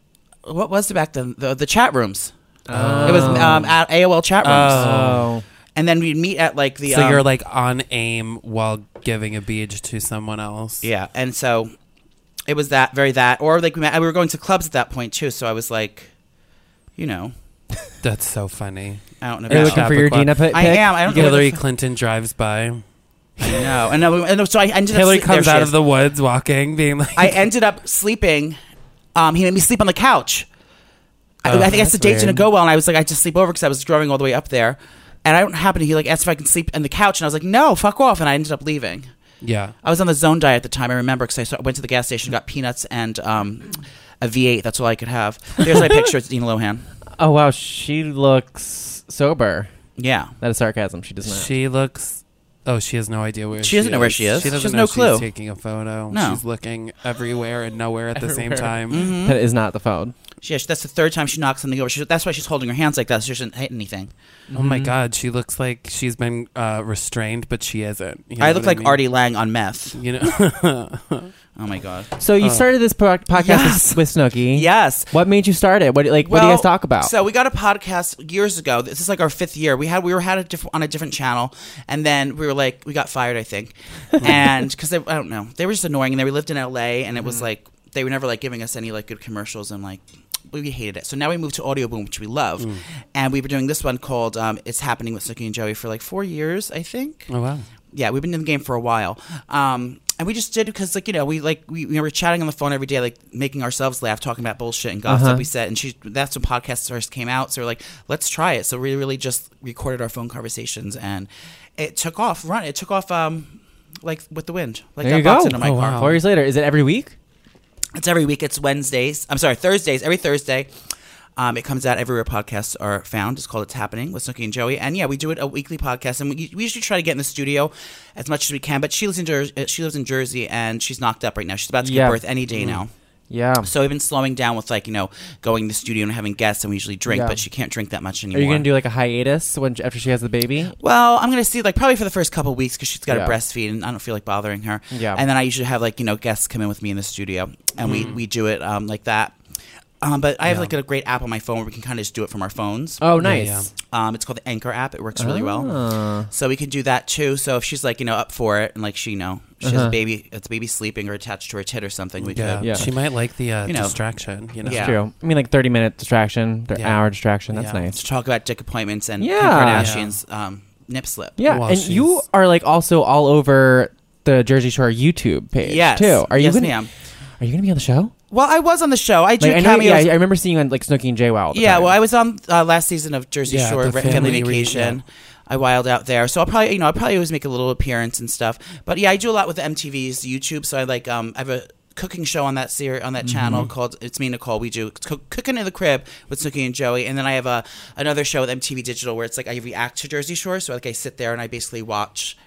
Speaker 4: what was it back then? The, the chat rooms. It was um, at AOL chat
Speaker 5: Oh,
Speaker 4: rooms, and then we'd meet at like the.
Speaker 10: So
Speaker 4: um,
Speaker 10: you're like on aim while giving a beach to someone else.
Speaker 4: yeah, and so it was that very that, or like we met. We were going to clubs at that point too, so I was like, you know,
Speaker 10: That's so funny.
Speaker 4: out and
Speaker 5: are you
Speaker 4: about.
Speaker 5: looking for your
Speaker 10: Chappaqua.
Speaker 5: Dina pic?
Speaker 4: I am. I don't know.
Speaker 10: Hillary
Speaker 4: what
Speaker 10: Clinton drives by.
Speaker 4: the- No, and, I- and so I ended up
Speaker 10: Hillary
Speaker 4: sleep- there
Speaker 10: comes
Speaker 4: she
Speaker 10: out
Speaker 4: is.
Speaker 10: of the woods walking, being like,
Speaker 4: I ended up sleeping. Um, he made me sleep on the couch. I,
Speaker 10: Oh,
Speaker 4: I think that's the
Speaker 10: that's
Speaker 4: date didn't
Speaker 10: weird.
Speaker 4: go well, and I was like, I just sleep over because I was growing all the way up there. And I don't happen to. He like asked if I can sleep on the couch, and I was like, No, fuck off. And I ended up leaving.
Speaker 10: "Yeah,
Speaker 4: I was on the zone diet at the time. I remember because I saw, went to the gas station, got peanuts and um, a V8. That's all I could have. There's my picture. It's Dina Lohan.
Speaker 5: Oh wow, she looks sober.
Speaker 4: Yeah.
Speaker 5: That is sarcasm. She does not.
Speaker 10: she looks." Oh, she has no idea where
Speaker 4: She doesn't know where she is.
Speaker 10: She doesn't
Speaker 4: She has
Speaker 10: know
Speaker 4: no clue.
Speaker 10: She's taking a photo.
Speaker 4: No. Mm-hmm.
Speaker 10: she's looking everywhere and nowhere at the same
Speaker 5: Everywhere.
Speaker 10: time.
Speaker 5: That is not the phone.
Speaker 4: She, that's the third time she knocks something over. She, that's why she's holding her hands like that. So she doesn't hit anything.
Speaker 10: Oh my
Speaker 4: Mm-hmm.
Speaker 10: god, she looks like she's been uh, restrained, but she isn't. You know
Speaker 4: I
Speaker 10: what
Speaker 4: look like
Speaker 10: mean?
Speaker 4: Artie Lang on meth.
Speaker 10: You know,
Speaker 4: Oh my god.
Speaker 5: So you started this pro- podcast
Speaker 4: Yes.
Speaker 5: with, with Snooki.
Speaker 4: Yes.
Speaker 5: What made you start it? What like what do you
Speaker 4: Well,
Speaker 5: guys talk about?
Speaker 4: So we got a podcast years ago. This is like our fifth year. We had we were had a diff- on a different channel, and then we were like we got fired, I think, and because I don't know, they were just annoying, and then we lived in L.A. and it
Speaker 5: Mm-hmm.
Speaker 4: was like they were never like giving us any like good commercials, and like we hated it. So now we moved to Audio Boom, which we love,
Speaker 5: Mm.
Speaker 4: and we were doing this one called um, "It's Happening" with Snooki and Joey for like four years, I think
Speaker 10: Oh wow.
Speaker 4: yeah, we've been in the game for a while. Um, and we just did because, like, you know, we like we, we were chatting on the phone every day, like making ourselves laugh, talking about bullshit and gossip.
Speaker 5: Uh-huh.
Speaker 4: We said, and she that's when podcasts first came out. So we're like, let's try it. So we really just recorded our phone conversations, and it took off. Run, it took off. Um, like with the wind, like
Speaker 5: there
Speaker 4: I
Speaker 5: you
Speaker 4: boxed
Speaker 5: go. Oh,
Speaker 4: into my car.
Speaker 5: Four years later, is it every week?
Speaker 4: It's every week. It's Wednesdays. I'm sorry, Thursdays. Every Thursday. Um, it comes out everywhere podcasts are found. It's called It's Happening with Snooki and Joey. And yeah, we do it a weekly podcast. And we, we usually try to get in the studio as much as we can. But she lives in, Jer- uh, she lives in Jersey and she's knocked up right now. She's about to give
Speaker 5: Yeah. Mm-hmm.
Speaker 4: birth any day now.
Speaker 5: Yeah.
Speaker 4: So we've been slowing down with like, you know, going to the studio and having guests. And we usually drink,
Speaker 5: Yeah.
Speaker 4: but she can't drink that much
Speaker 5: Are
Speaker 4: anymore.
Speaker 5: you gonna do like a hiatus when after she has the baby?
Speaker 4: Well, I'm gonna see like probably for the first couple weeks because she's got to
Speaker 5: Yeah.
Speaker 4: breastfeed and I don't feel like bothering her.
Speaker 5: Yeah. Mm.
Speaker 4: And then I usually have like you know guests come in with me in the studio and we we do it um, like that. Um, but I have like a great app on my phone where we can kind of just do it from our phones.
Speaker 5: Oh, nice.
Speaker 10: yeah.
Speaker 4: Um, it's called the Anchor app. It works really
Speaker 5: Ah.
Speaker 4: well. So we can do that too. So if she's like you know up for it and like she you know she has a baby, it's a baby sleeping or attached to her tit or something. We
Speaker 10: Yeah.
Speaker 4: could.
Speaker 5: Uh-huh. Yeah.
Speaker 10: She might like the uh,
Speaker 4: You know.
Speaker 10: distraction. You know.
Speaker 4: Yeah.
Speaker 5: True. I mean, like thirty minute distraction, th-
Speaker 10: Yeah.
Speaker 5: hour distraction. That's
Speaker 10: Yeah.
Speaker 5: nice.
Speaker 4: To talk about dick appointments and Kim
Speaker 5: Yeah.
Speaker 4: Kardashian's um, nip slip.
Speaker 5: Yeah,
Speaker 10: While
Speaker 5: and you
Speaker 10: she's-
Speaker 5: are like also all over the Jersey Shore YouTube page
Speaker 4: Yes.
Speaker 5: too. Are you
Speaker 4: yes,
Speaker 5: gonna,
Speaker 4: ma'am.
Speaker 5: Are you gonna be on the show?
Speaker 4: Well, I was on the show. I do
Speaker 5: Like, I, know,
Speaker 4: cameos.
Speaker 5: yeah, I I remember seeing you on like Snooki and Jay Wow. all the
Speaker 4: Yeah,
Speaker 5: time.
Speaker 4: well, I was on uh, last season of Jersey
Speaker 10: Yeah,
Speaker 4: Shore
Speaker 10: the
Speaker 4: Re- Family,
Speaker 10: family re-
Speaker 4: Vacation.
Speaker 10: yeah.
Speaker 4: I wild out there, so I'll probably you know I probably always make a little appearance and stuff. But yeah, I do a lot with MTV's YouTube. So I like um I have a cooking show on that series on that
Speaker 10: Mm-hmm.
Speaker 4: channel called It's Me Nicole. We do cook- cooking in the crib with Snooki and Joey, and then I have a another show with MTV Digital where it's like I react to Jersey Shore. So like I sit there and I basically watch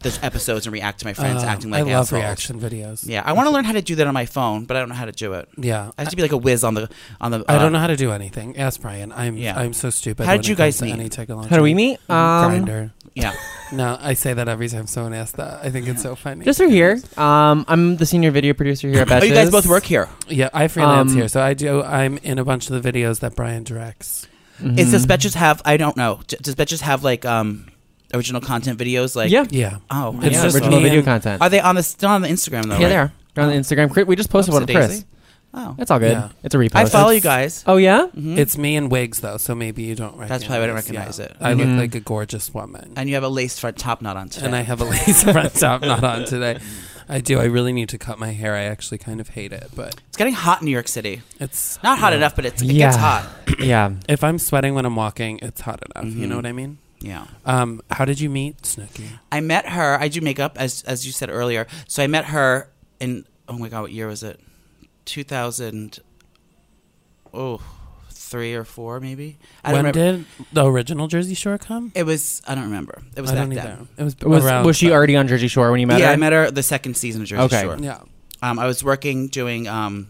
Speaker 4: the episodes and react to my friends
Speaker 10: Uh,
Speaker 4: acting like
Speaker 10: I love
Speaker 4: assholes.
Speaker 10: reaction videos.
Speaker 4: Yeah, I want to learn how to do that on my phone, but I don't know how to do it.
Speaker 10: Yeah.
Speaker 4: I have to be like a whiz on the on the.
Speaker 10: I
Speaker 4: uh,
Speaker 10: don't know how to do anything. Ask Brian. I'm
Speaker 4: Yeah.
Speaker 10: I'm so stupid.
Speaker 4: How did
Speaker 10: when
Speaker 4: you
Speaker 10: it comes
Speaker 4: guys
Speaker 10: to
Speaker 4: meet?
Speaker 10: Any technology.
Speaker 5: How do we meet? Um,
Speaker 10: Grinder.
Speaker 4: Yeah.
Speaker 10: No, I say that every time someone asks that. I think it's so funny.
Speaker 5: Just through here. Um, I'm the senior video producer here at Betches.
Speaker 4: Oh, you guys both work here.
Speaker 10: yeah, I freelance
Speaker 5: Um,
Speaker 10: here, so I do. I'm in a bunch of the videos that Brian directs.
Speaker 5: Mm-hmm.
Speaker 4: Is does Betches have? I don't know. D- Does Betches have like um original content videos? Like
Speaker 5: Yeah.
Speaker 10: Yeah.
Speaker 4: Oh,
Speaker 10: It's
Speaker 4: I guess
Speaker 5: Yeah,
Speaker 10: just
Speaker 4: so.
Speaker 5: original
Speaker 10: me
Speaker 5: video
Speaker 10: and-
Speaker 5: content.
Speaker 4: Are they on the still on the Instagram though?
Speaker 5: yeah,
Speaker 4: right?
Speaker 5: they are. They're on the Instagram. Cri- We just posted one of Chris.
Speaker 4: Whoopsie-daisy. Oh,
Speaker 5: That's all good.
Speaker 10: Yeah.
Speaker 5: It's a repost.
Speaker 4: I follow you guys.
Speaker 5: Oh yeah.
Speaker 10: It's me and wigs though, so maybe you don't recognize.
Speaker 4: Mm-hmm. That's probably why I don't
Speaker 10: yeah.
Speaker 4: recognize it.
Speaker 10: I
Speaker 5: Mhm.
Speaker 10: look like a gorgeous woman,
Speaker 4: And you have a lace front top knot on today.
Speaker 10: and I have a lace front top not on today. I do. I really need to cut my hair. I actually kind of hate it, but
Speaker 4: it's getting hot in New York City.
Speaker 10: it's
Speaker 4: Not hot enough, but it's, it
Speaker 5: Yeah.
Speaker 4: gets hot.
Speaker 5: yeah.
Speaker 10: If I'm sweating when I'm walking, it's hot enough. You
Speaker 4: Mhm.
Speaker 10: know what I mean?
Speaker 4: Yeah.
Speaker 10: Um, how did you meet Snooki?
Speaker 4: I met her. I do makeup as as you said earlier. So I met her in oh my god, what year was it? Two thousand. Oh, three or four maybe. I
Speaker 10: When
Speaker 4: don't remember.
Speaker 10: did the original Jersey Shore come?
Speaker 4: it was? I don't remember. It was
Speaker 10: I
Speaker 4: back
Speaker 10: don't
Speaker 4: then.
Speaker 10: either. It was,
Speaker 5: Was
Speaker 10: around.
Speaker 5: was she
Speaker 10: but-
Speaker 5: already on Jersey Shore when you met
Speaker 4: yeah,
Speaker 5: her?
Speaker 4: I met her the second season of Jersey
Speaker 5: Okay.
Speaker 4: Shore.
Speaker 10: Yeah.
Speaker 4: Um, I was working doing um,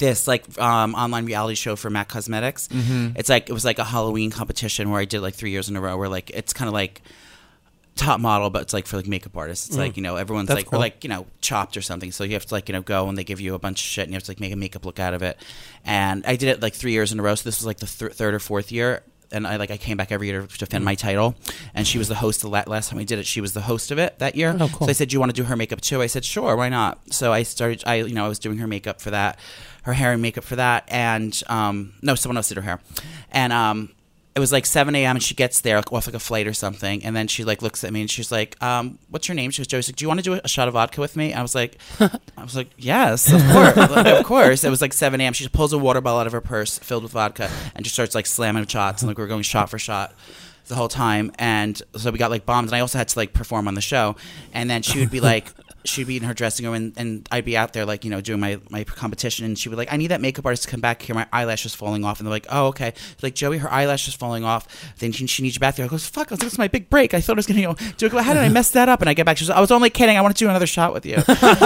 Speaker 4: this like um, online reality show for Mac Cosmetics. It's like it was like a Halloween competition where I did like three years in a row. Where like it's kind of like top model, but it's like for like makeup artists. It's like you know everyone's
Speaker 10: Mm. That's
Speaker 4: like
Speaker 10: cool.
Speaker 4: or like you know chopped or something. So you have to like you know go and they give you a bunch of shit and you have to like make a makeup look out of it. And I did it like three years in a row. So this was like the th- third or fourth year. And I like I came back every year to
Speaker 10: Mm.
Speaker 4: defend my title, and she was the host. The la- last time I did it, she was the host of it that year.
Speaker 10: Oh, cool.
Speaker 4: So I said, "Do you want to do her makeup too?" I said, "Sure, why not?" So I started. I you know I was doing her makeup for that, her hair and makeup for that, and um no, someone else did her hair, and um it was like 7 a.m. and she gets there like, off like a flight or something. And then she like looks at me and she's like, um, what's your name? She was Joey. She's like, do you want to do a shot of vodka with me? I was like, I was like, yes, of course. Like, of course. It was like 7 a.m. She pulls a water bottle out of her purse filled with vodka and just starts like slamming shots. And like, we we're going shot for shot the whole time. And so we got like bombed. And I also had to like perform on the show. And then she would be like, she'd be in her dressing room and, and I'd be out there like, you know, doing my, my competition and she would like, I need that makeup artist to come back here. My eyelash is falling off. And they're like, oh, okay. Like, Joey, her eyelash is falling off. Then she, she needs you back there. I goes, fuck, I was this is my big break. I thought I was going to do it. How did I mess that up? And I get back. She was, I was only kidding. I want to do another shot with you.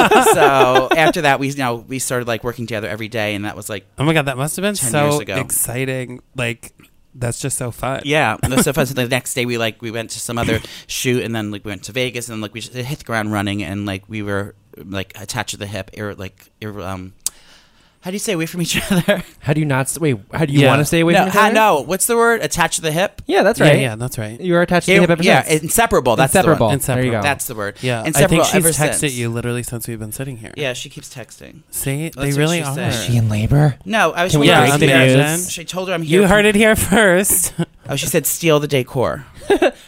Speaker 4: so after that, we, you know, we started like working together every day. And that was like,
Speaker 10: Oh my god, that must have been
Speaker 4: 10
Speaker 10: so
Speaker 4: years ago.
Speaker 10: exciting. Like that's just so fun.
Speaker 4: Yeah, and that's so fun. So the next day we like we went to some other shoot, and then like we went to Vegas, and then like we just it hit the ground running, and like we were like attached to the hip, ir- like ir- um, how do you stay away from each other?
Speaker 5: How do you not s- wait? How do you
Speaker 10: Yeah.
Speaker 5: want to stay away
Speaker 4: no,
Speaker 5: from each
Speaker 4: how-
Speaker 5: other?
Speaker 4: no. What's the word? Attached to the hip.
Speaker 5: Yeah, that's
Speaker 10: Yeah,
Speaker 5: right.
Speaker 10: yeah, that's right.
Speaker 5: You are attached to the hip ever
Speaker 4: yeah,
Speaker 5: since.
Speaker 4: inseparable. That's
Speaker 5: Inseparable.
Speaker 4: The word.
Speaker 5: There you go.
Speaker 4: That's the word.
Speaker 10: Yeah, I think
Speaker 4: inseparable.
Speaker 10: she's
Speaker 4: ever
Speaker 10: texted
Speaker 4: since.
Speaker 10: you literally since we've been sitting here.
Speaker 4: Yeah, she keeps texting.
Speaker 10: see,
Speaker 4: what
Speaker 10: they
Speaker 4: she
Speaker 10: really are.
Speaker 4: said.
Speaker 5: Is she in labor?
Speaker 4: No, I was.
Speaker 5: Can we
Speaker 4: told her
Speaker 10: break
Speaker 4: I'm
Speaker 10: the
Speaker 4: here.
Speaker 10: news?
Speaker 4: She told her I'm here.
Speaker 10: You heard it here first.
Speaker 4: Oh, she said steal the decor.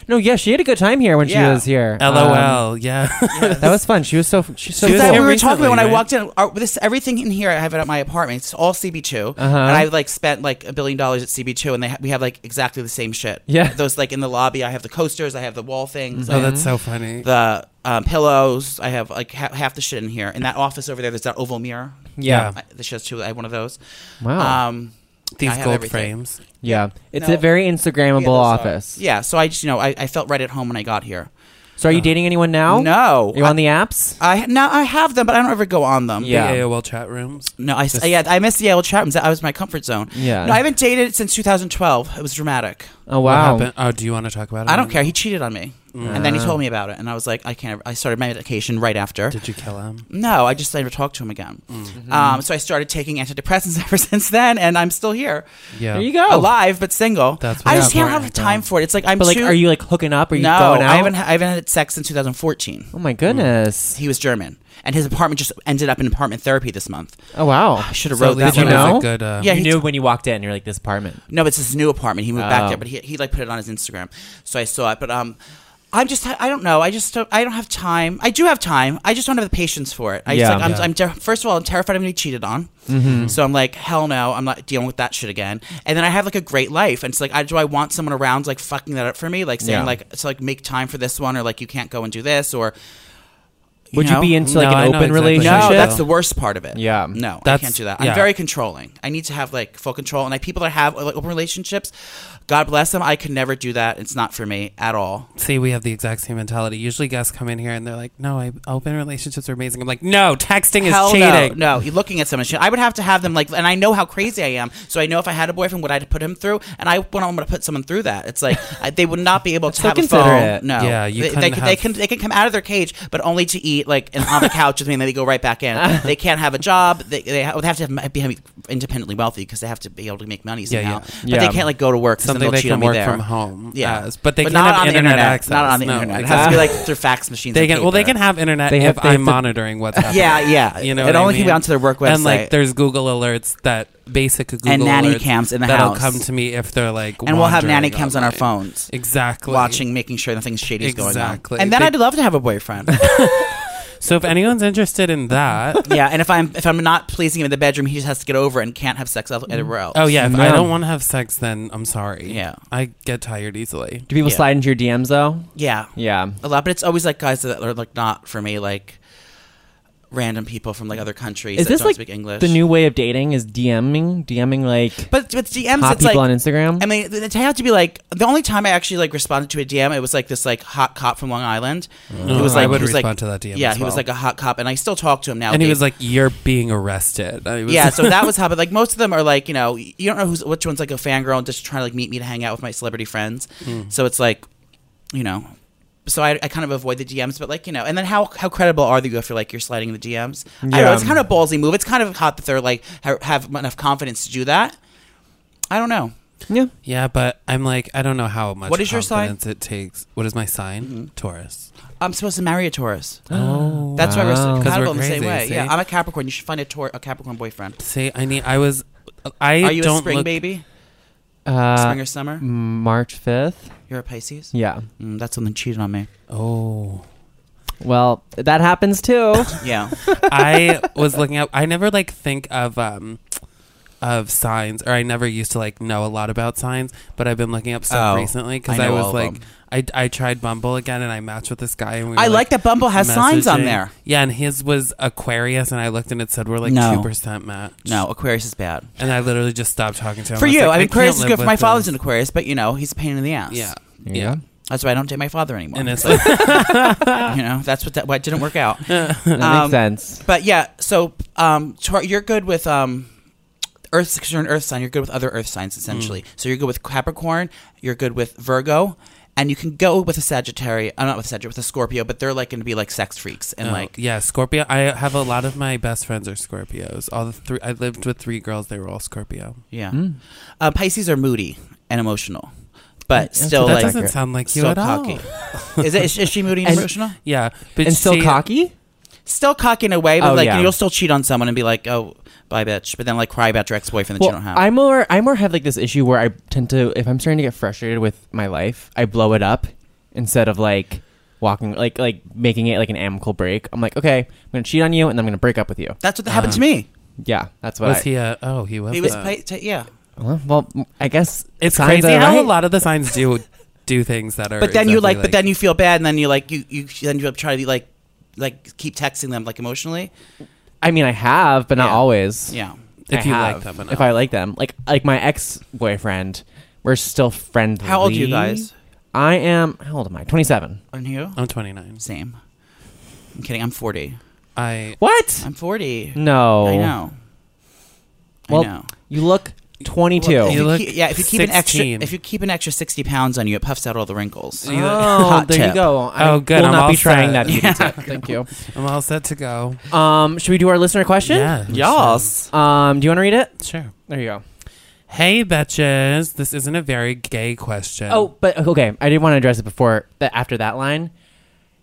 Speaker 5: No, yeah, she had a good time here when she
Speaker 4: Yeah.
Speaker 5: was here. Um,
Speaker 10: LOL. yeah.
Speaker 5: that was fun. She was so she's so
Speaker 10: She
Speaker 4: Because
Speaker 10: was
Speaker 5: cool.
Speaker 10: here
Speaker 4: I- we were
Speaker 10: recently,
Speaker 4: talking about when
Speaker 10: right?
Speaker 4: I walked in. Our, this everything in here I have it at my apartment. It's all CB2,
Speaker 5: Uh-huh.
Speaker 4: and I like spent like a billion dollars at CB2, and they ha- we have like exactly the same shit.
Speaker 5: Yeah. Mm-hmm.
Speaker 4: those like in the lobby. I have the coasters. I have the wall things. I
Speaker 10: oh,
Speaker 4: have
Speaker 10: that's so funny.
Speaker 4: the um, pillows. I have like ha- half the shit in here. In that office over there, there's that oval mirror.
Speaker 5: yeah. Oh.
Speaker 4: I, the shit's too. I have one of those.
Speaker 5: Wow.
Speaker 4: Um, I
Speaker 10: These
Speaker 4: have
Speaker 10: gold
Speaker 4: everything.
Speaker 10: frames.
Speaker 5: yeah. It's
Speaker 4: No.
Speaker 5: a very
Speaker 4: yeah,
Speaker 5: Instagrammable
Speaker 4: those are-
Speaker 5: office.
Speaker 4: Yeah, so I just you know I, I felt right at home when I got here.
Speaker 5: So are you dating anyone now?
Speaker 4: No,
Speaker 5: You're Oh. on the apps?
Speaker 4: I no I have them, but I don't ever go on them.
Speaker 5: Yeah.
Speaker 10: The AOL chat rooms.
Speaker 4: No, I yeah I missed the Yale chat rooms. That was my comfort zone.
Speaker 5: Yeah.
Speaker 4: No, I haven't dated since 2012. It was dramatic.
Speaker 5: Oh
Speaker 10: What
Speaker 5: wow.
Speaker 10: happened? Oh, do you want to talk about it?
Speaker 4: I
Speaker 5: Um,
Speaker 4: don't care. He cheated on me, and then he
Speaker 5: uh.
Speaker 4: told me about it, and I was like, I can't. I started my medication right after.
Speaker 10: Did you kill him?
Speaker 4: No, I just never talked to him again.
Speaker 5: Mm-hmm.
Speaker 4: Um, so I started taking antidepressants ever since then, and I'm still here,
Speaker 10: Yeah.
Speaker 5: There you go.
Speaker 4: alive but single.
Speaker 10: That's
Speaker 4: I
Speaker 10: what's
Speaker 4: just can't have
Speaker 10: important,
Speaker 4: time for it. It's like I'm
Speaker 5: But like
Speaker 4: too.
Speaker 5: are you like hooking up? Are you
Speaker 4: no,
Speaker 5: going out?
Speaker 4: I haven't. I haven't had sex since 2014.
Speaker 5: oh my goodness.
Speaker 4: He was German, and his apartment just ended up in apartment therapy this month.
Speaker 5: Oh wow.
Speaker 4: I should have
Speaker 10: So
Speaker 4: wrote that.
Speaker 10: at least
Speaker 5: you
Speaker 4: one.
Speaker 10: that was a
Speaker 5: know?
Speaker 10: good, uh,
Speaker 4: Mm. Ah, Yeah,
Speaker 5: you
Speaker 4: he
Speaker 5: knew when you walked in, you're like this apartment.
Speaker 4: No, it's his new apartment. He moved
Speaker 5: Oh.
Speaker 4: back there, but he, he like put it on his Instagram, so I saw it. But um, I'm just I don't know. I just don't, I don't have time. I do have time. I just don't have the patience for it. I
Speaker 5: Yeah.
Speaker 4: just, like, I'm,
Speaker 5: Yeah. Mm-hmm.
Speaker 4: I'm ter- first of all, I'm terrified I'm gonna be cheated on. So I'm like, hell no, I'm not dealing with that shit again. And then I have like a great life, and it's like, I, do I want someone around like fucking that up for me, like saying
Speaker 5: Yeah.
Speaker 4: like to like make time for this one, or like you can't go and do this, or
Speaker 5: Would you
Speaker 4: know?
Speaker 5: be into
Speaker 10: No,
Speaker 5: like
Speaker 10: I know
Speaker 5: an open
Speaker 10: exactly.
Speaker 5: relationship?
Speaker 4: No,
Speaker 10: relationship?
Speaker 4: that's the worst part of it.
Speaker 5: Yeah.
Speaker 4: No, I
Speaker 10: That's-
Speaker 4: can't do that.
Speaker 10: yeah.
Speaker 4: I'm very controlling. I need to have like full control. And like people that have like open relationships, God bless them. I could never do that. It's not for me at all.
Speaker 10: See, we have the exact same mentality. Usually, guests come in here and they're like, "No, I open relationships are amazing." I'm like, "No, texting is
Speaker 4: Hell
Speaker 10: cheating."
Speaker 4: no. No, you're looking at someone. shit. I would have to have them like, and I know how crazy I am. So I know if I had a boyfriend, what I'd put him through, and I wouldn't want to put someone through that. It's like I, they would not be able to
Speaker 5: so
Speaker 4: have a phone.
Speaker 5: considerate.
Speaker 4: No,
Speaker 10: Yeah, you
Speaker 4: they, they,
Speaker 10: couldn't
Speaker 4: can- they
Speaker 10: have-
Speaker 4: can they can come out of their cage, but only to eat like and on the couch with me, and then they go right back in. They can't have a job. They, they ha- would have to have, be independently wealthy because they have to be able to make money
Speaker 10: Yeah, yeah.
Speaker 4: somehow. But
Speaker 5: Yeah.
Speaker 4: they can't like go to work. 'cause then
Speaker 10: Something
Speaker 4: they'll
Speaker 10: they
Speaker 4: cheat on
Speaker 10: can
Speaker 4: me
Speaker 10: work
Speaker 4: there.
Speaker 10: from home.
Speaker 4: Yeah,
Speaker 10: as- but they can
Speaker 4: not
Speaker 10: have
Speaker 4: on the
Speaker 10: internet,
Speaker 4: internet.
Speaker 10: access.
Speaker 4: Not on the
Speaker 10: No,
Speaker 4: internet. It has to
Speaker 10: exactly.
Speaker 4: be like through fax machines.
Speaker 10: They
Speaker 4: and
Speaker 10: can well, they
Speaker 4: paper.
Speaker 10: can have internet
Speaker 5: They have-
Speaker 10: if
Speaker 5: they
Speaker 10: I'm
Speaker 5: have to-
Speaker 10: monitoring what's happening.
Speaker 4: Yeah, yeah.
Speaker 10: You know,
Speaker 4: It
Speaker 10: what I
Speaker 4: only can
Speaker 10: mean?
Speaker 4: go onto their work
Speaker 10: And like,
Speaker 4: website.
Speaker 10: there's Google alerts that basic Google
Speaker 4: nanny
Speaker 10: alerts
Speaker 4: cams in the
Speaker 10: that'll
Speaker 4: house.
Speaker 10: come to me if they're like,
Speaker 4: and we'll have nanny
Speaker 10: wandering
Speaker 4: cams on our
Speaker 10: online.
Speaker 4: phones.
Speaker 10: Exactly.
Speaker 4: Watching, making sure nothing shady is going on.
Speaker 10: Exactly.
Speaker 4: And then
Speaker 10: They-
Speaker 4: I'd love to have a boyfriend.
Speaker 10: So if anyone's interested in that,
Speaker 4: yeah, and if I'm if I'm not pleasing him in the bedroom, he just has to get over it and can't have sex el- anywhere else.
Speaker 10: oh yeah, if I
Speaker 5: No.
Speaker 10: don't want to have sex, then I'm sorry.
Speaker 4: Yeah.
Speaker 10: I get tired easily.
Speaker 5: Do people
Speaker 4: Yeah.
Speaker 5: slide into your DMs though?
Speaker 4: yeah,
Speaker 5: Yeah.
Speaker 4: a lot. But it's always like guys that are like not for me, like random people from like other countries
Speaker 5: Is
Speaker 4: that
Speaker 5: this
Speaker 4: don't
Speaker 5: like
Speaker 4: speak English.
Speaker 5: the new way of dating? Is DMing? DMing like
Speaker 4: but with DMs,
Speaker 5: hot
Speaker 4: it's
Speaker 5: people
Speaker 4: like
Speaker 5: on Instagram?
Speaker 4: I mean, it had to be like the only time I actually like responded to a DM. It was like this like hot cop from Long Island. It was
Speaker 10: Oh, I
Speaker 4: like
Speaker 10: would
Speaker 4: he was, like-
Speaker 10: respond to that DM
Speaker 4: Yeah,
Speaker 10: as
Speaker 4: he was
Speaker 10: well.
Speaker 4: like a hot cop, and I still talk to him now.
Speaker 10: And he was like, "You're being arrested." I was-
Speaker 4: yeah, so that was how. But like most of them are like, you know, you don't know who's which one's like a fangirl and just trying to like meet me to hang out with my celebrity friends.
Speaker 10: Hmm.
Speaker 4: So it's like, you know, so I, I kind of avoid the DMs, but like you know, and then how how credible are you if you're like you're sliding the DMs? I don't know. It's kind of a ballsy move. It's kind of hot that they're like ha- have enough confidence to do that. I don't know.
Speaker 5: yeah.
Speaker 10: yeah, but I'm like, I don't know how much.
Speaker 4: What is your sign? Mm-hmm.
Speaker 10: confidence It takes. What is my sign? Taurus.
Speaker 4: I'm supposed to marry a Taurus. Oh, that's why
Speaker 5: wow.
Speaker 4: we're
Speaker 10: 'Cause we're
Speaker 4: compatible in the same
Speaker 10: crazy,
Speaker 4: way. Yeah,
Speaker 10: see?
Speaker 4: I'm a Capricorn. You should find a Taur- a Capricorn boyfriend.
Speaker 10: See, I need. I was. I
Speaker 4: Are you
Speaker 10: don't
Speaker 4: a spring
Speaker 10: look-
Speaker 4: baby? Spring
Speaker 5: Uh,
Speaker 4: or summer?
Speaker 5: March fifth.
Speaker 4: You're a Pisces.
Speaker 5: Yeah.
Speaker 4: Mm, that's when they cheated on me.
Speaker 10: Oh,
Speaker 5: Well, that happens too.
Speaker 4: Yeah.
Speaker 10: I was looking up. I never like think of um of signs, or I never used to like know a lot about signs. But I've been looking up stuff
Speaker 4: Oh,
Speaker 10: recently because
Speaker 4: I
Speaker 10: I,
Speaker 4: know
Speaker 10: was
Speaker 4: all of
Speaker 10: like,
Speaker 4: them.
Speaker 10: I I tried Bumble again, and I matched with this guy. And we were,
Speaker 4: I like that Bumble has signs on
Speaker 10: messaging.
Speaker 4: there.
Speaker 10: Yeah, and his was Aquarius, and I looked and it said we're like two
Speaker 4: No.
Speaker 10: percent match.
Speaker 4: No, Aquarius is bad.
Speaker 10: and I literally just stopped talking to him.
Speaker 4: For
Speaker 10: was
Speaker 4: you,
Speaker 10: like,
Speaker 4: I mean,
Speaker 10: can't
Speaker 4: Aquarius is
Speaker 10: live
Speaker 4: good for
Speaker 10: with
Speaker 4: my
Speaker 10: this.
Speaker 4: father's an Aquarius, but you know, he's a pain in the ass.
Speaker 10: Yeah,
Speaker 5: yeah.
Speaker 4: That's why I don't date my father anymore.
Speaker 10: and it's like,
Speaker 4: you know, that's what that why it didn't work out.
Speaker 5: That
Speaker 4: Um,
Speaker 5: makes sense.
Speaker 4: But yeah, so um, Tor- you're good with um, Earth
Speaker 10: Mm.
Speaker 4: because you're an Earth sign. You're good with other Earth signs essentially. So you're good with Capricorn. You're good with Virgo, and you can go with a Sagittarius. I'm not with a Sagittarius, with a Scorpio, but they're like going to be like sex freaks and
Speaker 10: No.
Speaker 4: like
Speaker 10: yeah, Scorpio. I have a lot of my best friends are Scorpios. All the three. I lived with three girls. They were all Scorpio.
Speaker 4: yeah.
Speaker 10: Mm.
Speaker 4: Uh, Pisces are moody and emotional, but still
Speaker 10: that
Speaker 4: like
Speaker 10: doesn't sound like you
Speaker 4: still
Speaker 10: at all.
Speaker 4: cocky. is it? Is, is she moody and, emotional?
Speaker 10: Yeah, but
Speaker 3: and still
Speaker 10: she-
Speaker 3: cocky.
Speaker 4: Still cocky in a way, but
Speaker 3: Oh,
Speaker 4: like
Speaker 3: yeah.
Speaker 4: you'll still cheat on someone and be like, oh, bye, bitch. But then like cry about your ex boyfriend that you don't have.
Speaker 3: I more I more have like this issue where I tend to if I'm starting to get frustrated with my life, I blow it up instead of like walking like like making it like an amicable break. I'm like, okay, I'm gonna cheat on you and I'm gonna break up with you.
Speaker 4: That's what happened
Speaker 10: Uh-huh.
Speaker 4: to me.
Speaker 3: Yeah, that's what
Speaker 10: Was
Speaker 3: I,
Speaker 10: he a? Oh, he was.
Speaker 4: He was,
Speaker 10: a-
Speaker 4: pi- t- yeah.
Speaker 3: Well, well, I guess
Speaker 10: it's
Speaker 3: signs
Speaker 10: crazy
Speaker 3: are
Speaker 10: how a
Speaker 3: right.
Speaker 10: lot of the signs do do things that are.
Speaker 4: But then you
Speaker 10: exactly
Speaker 4: like, but then you feel bad, and then you like, you you then you try to be like, like keep texting them like emotionally.
Speaker 3: I mean, I have, but not
Speaker 4: Yeah.
Speaker 3: always.
Speaker 4: Yeah.
Speaker 10: if
Speaker 3: I
Speaker 10: you
Speaker 3: have,
Speaker 10: like them enough.
Speaker 3: If I like them, like like my ex boyfriend, we're still friendly.
Speaker 4: How old are you guys?
Speaker 3: I am. How old am I? Twenty seven.
Speaker 4: Aren't you?
Speaker 10: I'm 29.
Speaker 4: Same. I'm kidding. I'm 40.
Speaker 10: I
Speaker 3: What?
Speaker 4: I'm 40.
Speaker 3: No.
Speaker 4: I know.
Speaker 3: Well,
Speaker 4: I know.
Speaker 3: You look twenty two.
Speaker 10: Well,
Speaker 4: If
Speaker 10: you look
Speaker 4: keep, yeah, if you keep an extra,
Speaker 10: 16.
Speaker 4: if you keep an extra 60 pounds on you, it puffs out all the wrinkles.
Speaker 10: You look-
Speaker 3: Oh,
Speaker 4: Hot
Speaker 3: there you
Speaker 4: tip.
Speaker 3: go. I
Speaker 10: Oh, good,
Speaker 3: Will
Speaker 10: I'm
Speaker 3: not
Speaker 10: all
Speaker 3: be trying
Speaker 10: set.
Speaker 3: that. beauty
Speaker 4: Yeah.
Speaker 3: tip. Thank you.
Speaker 10: I'm all set to go.
Speaker 3: Um, should we do our listener question?
Speaker 10: Yeah.
Speaker 4: Yas.
Speaker 3: Um, do you want to read it?
Speaker 10: Sure.
Speaker 3: There you go.
Speaker 10: Hey, bitches. This isn't a very gay question.
Speaker 3: Oh, but okay. I did want to address it before that. After that line,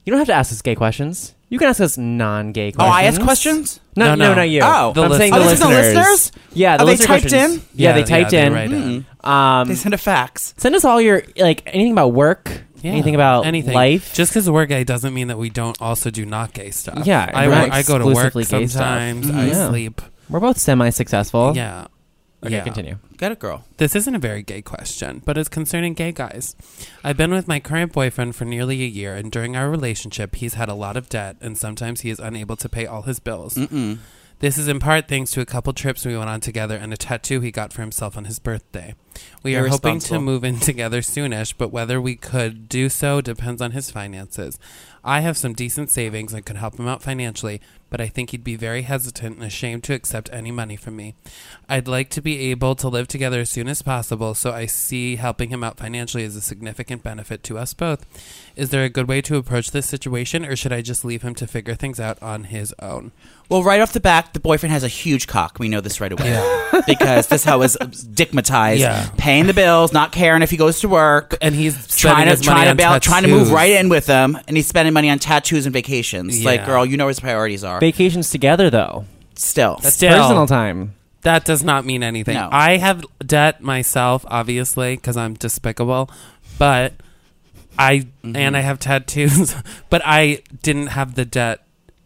Speaker 3: you don't have to ask us gay questions. You can ask us non-gay
Speaker 4: Oh,
Speaker 3: questions.
Speaker 4: I ask questions.
Speaker 3: No,
Speaker 10: No,
Speaker 3: no,
Speaker 10: no.
Speaker 3: not you.
Speaker 4: Oh. The
Speaker 3: I'm saying
Speaker 10: listener.
Speaker 3: the
Speaker 4: Oh, this is the listeners?
Speaker 3: Yeah, the
Speaker 4: Oh, they
Speaker 3: listener
Speaker 4: typed
Speaker 3: questions.
Speaker 4: in?
Speaker 3: Yeah, they typed
Speaker 10: they
Speaker 3: in.
Speaker 10: write
Speaker 3: Um,
Speaker 4: They send a fax.
Speaker 3: send us all your like anything about work,
Speaker 10: Yeah.
Speaker 3: anything about
Speaker 10: anything.
Speaker 3: life.
Speaker 10: Just because we're gay doesn't mean that we don't also do not gay stuff.
Speaker 3: Yeah,
Speaker 10: I,
Speaker 3: we're
Speaker 10: wor-
Speaker 3: not
Speaker 10: I go to work
Speaker 3: exclusively gay stuff. Mm-hmm.
Speaker 10: sometimes. I
Speaker 3: Yeah.
Speaker 10: sleep.
Speaker 3: We're both semi-successful.
Speaker 10: Yeah.
Speaker 3: Okay,
Speaker 10: yeah.
Speaker 3: continue.
Speaker 4: Get it, girl.
Speaker 10: This isn't a very gay question, but it's concerning gay guys. I've been with my current boyfriend for nearly a year, and during our relationship, he's had a lot of debt, and sometimes he is unable to pay all his bills. This is in part thanks to a couple trips we went on together and a tattoo he got for himself on his birthday. We are hoping to
Speaker 4: Irresponsible.
Speaker 10: move in together soonish, but whether we could do so depends on his finances. I have some decent savings and could help him out financially, but I think he'd be very hesitant and ashamed to accept any money from me. I'd like to be able to live together as soon as possible, so I see helping him out financially as a significant benefit to us both. Is there a good way to approach this situation, or should I just leave him to figure things out on his own?
Speaker 4: Well, right off the bat, the boyfriend has a huge cock. We know this right away because this how is dickmatized,
Speaker 10: Yeah.
Speaker 4: paying the bills, not caring if he goes to work,
Speaker 10: And he's
Speaker 4: trying
Speaker 10: spending
Speaker 4: to
Speaker 10: his money
Speaker 4: trying to
Speaker 10: on
Speaker 4: bail, trying to move
Speaker 10: tattoos.
Speaker 4: right in with them, and he's spending money on tattoos and vacations. Like,
Speaker 10: Yeah.
Speaker 4: girl, you know where his priorities are.
Speaker 3: Vacations together though.
Speaker 4: Still,
Speaker 3: That's
Speaker 10: Still.
Speaker 3: personal time.
Speaker 10: That does not mean anything.
Speaker 4: No.
Speaker 10: I have debt myself, obviously, because I'm despicable, but I
Speaker 4: Mm-hmm.
Speaker 10: and I have tattoos, but I didn't have the debt.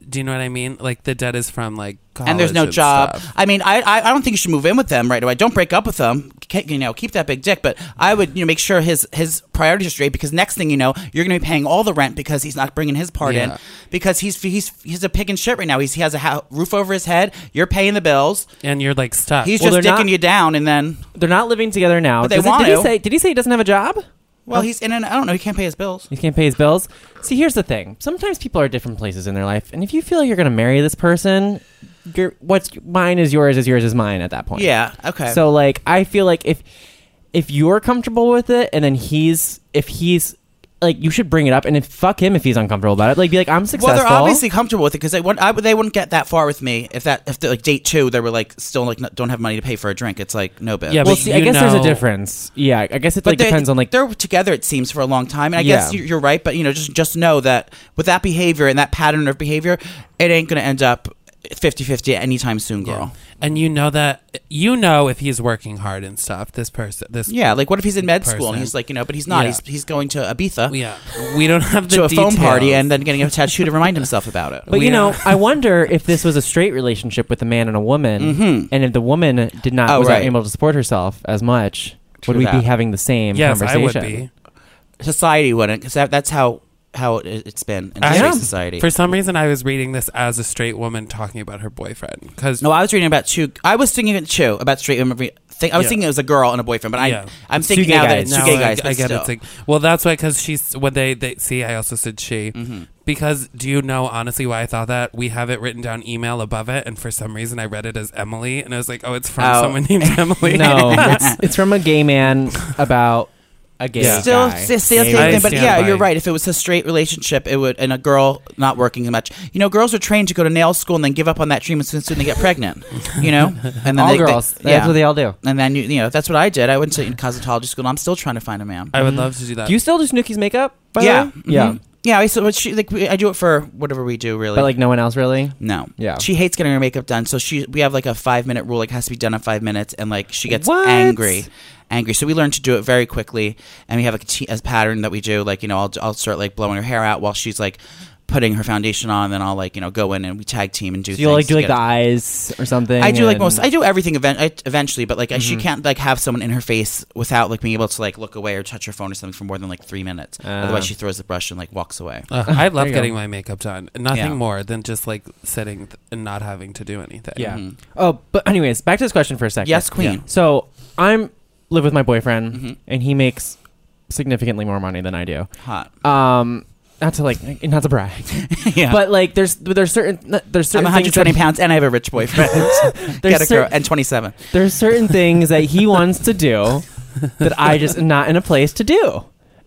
Speaker 10: Do you know what I mean? Like the debt is from like college
Speaker 4: and there's no job.
Speaker 10: stuff.
Speaker 4: I mean, I, I I don't think you should move in with them right away. Don't break up with them. Ca- You know, keep that big dick. But I would you know make sure his his priorities are straight because next thing you know, you're going to be paying all the rent because he's not bringing his part
Speaker 10: Yeah.
Speaker 4: in because he's he's he's a pig and shit right now. He's, he has a ho- roof over his head. You're paying the bills.
Speaker 10: and you're like stuck.
Speaker 4: He's
Speaker 3: Well,
Speaker 4: just
Speaker 3: they're
Speaker 4: dicking
Speaker 3: not-
Speaker 4: you down, and then
Speaker 3: They're not living together now.
Speaker 4: But they
Speaker 3: Does it-
Speaker 4: want
Speaker 3: did he
Speaker 4: to.
Speaker 3: say? Did he say he doesn't have a job?
Speaker 4: well, he's in and I don't know. He can't pay his bills.
Speaker 3: He can't pay his bills. See, here's the thing. Sometimes people are different places in their life, and if you feel you're going to marry this person, your what's mine is yours, is yours is mine at that point.
Speaker 4: Yeah. Okay.
Speaker 3: So like, I feel like if if you're comfortable with it, and then he's if he's like, you should bring it up, and if fuck him if he's uncomfortable about it. Like, be like, I'm successful.
Speaker 4: Well, they're obviously comfortable with it because they would I, they wouldn't get that far with me if that if like date two they were like still like not, don't have money to pay for a drink. It's like no bitch.
Speaker 10: Yeah,
Speaker 3: Well,
Speaker 10: but
Speaker 3: see, I
Speaker 10: you
Speaker 3: guess there's a
Speaker 10: know-
Speaker 3: difference. Yeah, I guess it like
Speaker 4: they-
Speaker 3: depends on like
Speaker 4: they're together. It seems for a long time, and I guess
Speaker 3: Yeah.
Speaker 4: you're, you're right. But you know, just just know that with that behavior and that pattern of behavior, it ain't gonna end up 50-50 anytime soon,
Speaker 10: Yeah.
Speaker 4: girl.
Speaker 10: And you know that you know if he's working hard and stuff. This person, this
Speaker 4: Yeah. like what if he's in med school and
Speaker 10: Person.
Speaker 4: he's like, you know, but he's not.
Speaker 10: Yeah.
Speaker 4: He's he's going to Ibiza
Speaker 10: yeah. We don't have the
Speaker 4: to a phone party
Speaker 10: details.
Speaker 4: and then getting a tattoo to remind himself about it.
Speaker 3: But
Speaker 10: We
Speaker 3: you know,
Speaker 10: are-
Speaker 3: I wonder if this was a straight relationship with a man and a woman, and if the woman did not
Speaker 4: Mm-hmm. Oh,
Speaker 3: was
Speaker 4: right.
Speaker 3: not able to support herself as much,
Speaker 4: True
Speaker 3: would we
Speaker 4: that.
Speaker 3: be having the same
Speaker 10: yes, I would
Speaker 3: conversation?
Speaker 10: be.
Speaker 4: Society wouldn't because that, that's how how it, it's been in
Speaker 10: I
Speaker 4: straight
Speaker 10: am.
Speaker 4: society.
Speaker 10: For some reason, I was reading this as a straight woman talking about her boyfriend because
Speaker 4: no, I was reading about two. I was thinking about two about straight women. re- Think, I was
Speaker 10: Yeah.
Speaker 4: thinking it was a girl and a boyfriend, but I
Speaker 10: Yeah.
Speaker 4: I'm thinking
Speaker 3: gay
Speaker 4: now that
Speaker 3: guys.
Speaker 4: it's
Speaker 10: No,
Speaker 4: two gay
Speaker 10: I-
Speaker 4: guys.
Speaker 10: I,
Speaker 4: but
Speaker 10: get
Speaker 4: still.
Speaker 10: it's like well, that's why because she's when they they see. I also said she
Speaker 4: Mm-hmm.
Speaker 10: because do you know honestly why I thought that we have it written down email above it, and for some reason I read it as Emily, and I was like, oh, it's from
Speaker 4: Oh.
Speaker 10: someone named Emily.
Speaker 3: No, it's, it's from a gay man about a gay
Speaker 10: Yeah.
Speaker 4: still
Speaker 3: guy.
Speaker 4: s- still
Speaker 3: Maybe.
Speaker 4: same
Speaker 10: I
Speaker 4: thing, but
Speaker 10: stand
Speaker 4: yeah,
Speaker 10: by.
Speaker 4: you're right. If it was a straight relationship, it would and a girl not working as much. You know, girls are trained to go to nail school and then give up on that dream as soon as they get pregnant. You know, and then
Speaker 3: all
Speaker 4: they- they-
Speaker 3: girls. That's
Speaker 4: yeah.
Speaker 3: what they all do.
Speaker 4: and then you, you know that's what I did. I went to cosmetology school. and I'm still trying to find a man.
Speaker 3: Uh, Mm-hmm.
Speaker 10: I would love to do that.
Speaker 3: Do you still do Snooki's makeup? By
Speaker 4: yeah,
Speaker 3: The way?
Speaker 4: mhm. yeah. I so she, like we- I do it for whatever we do really.
Speaker 3: But like no one else really.
Speaker 4: no,
Speaker 3: Yeah.
Speaker 4: she hates getting her makeup done. So she we have like a five minute rule. Like has to be done in five minutes, and like she gets
Speaker 3: What?
Speaker 4: angry. Angry, so we learn to do it very quickly, and we have like a, t- a pattern that we do. Like you know, I'll I'll start like blowing her hair out while she's like putting her foundation on, and then I'll like you know go in and we tag team and do.
Speaker 3: So you like
Speaker 4: things
Speaker 3: do like the
Speaker 4: together.
Speaker 3: eyes or something?
Speaker 4: I do like
Speaker 3: and-
Speaker 4: most. I do everything event- I- eventually, but like I
Speaker 3: Mm-hmm.
Speaker 4: she can't like have someone in her face without like being able to like look away or touch her phone or something for more than like three minutes.
Speaker 3: Uh.
Speaker 4: Otherwise, she throws the brush and like walks away.
Speaker 10: Ugh, I love
Speaker 3: you
Speaker 10: getting my makeup done. Nothing
Speaker 4: Yeah.
Speaker 10: more than just like sitting th- and not having to do anything.
Speaker 3: Yeah.
Speaker 4: Mm-hmm.
Speaker 3: Oh, but anyways, back to this question for a second.
Speaker 4: Yes, queen. Mm-hmm.
Speaker 3: So I'm live with my boyfriend, and he makes significantly more money than I do.
Speaker 4: Hot.
Speaker 3: Um, not to like, not to brag,
Speaker 4: yeah.
Speaker 3: but like, there's there's certain there's
Speaker 4: I'm
Speaker 3: certain things
Speaker 4: 120
Speaker 3: that,
Speaker 4: pounds and I have a rich boyfriend. Get a
Speaker 3: there's,
Speaker 4: girl
Speaker 3: cer-
Speaker 4: and 27.
Speaker 3: there's certain things that he wants to do that I just am not in a place to do.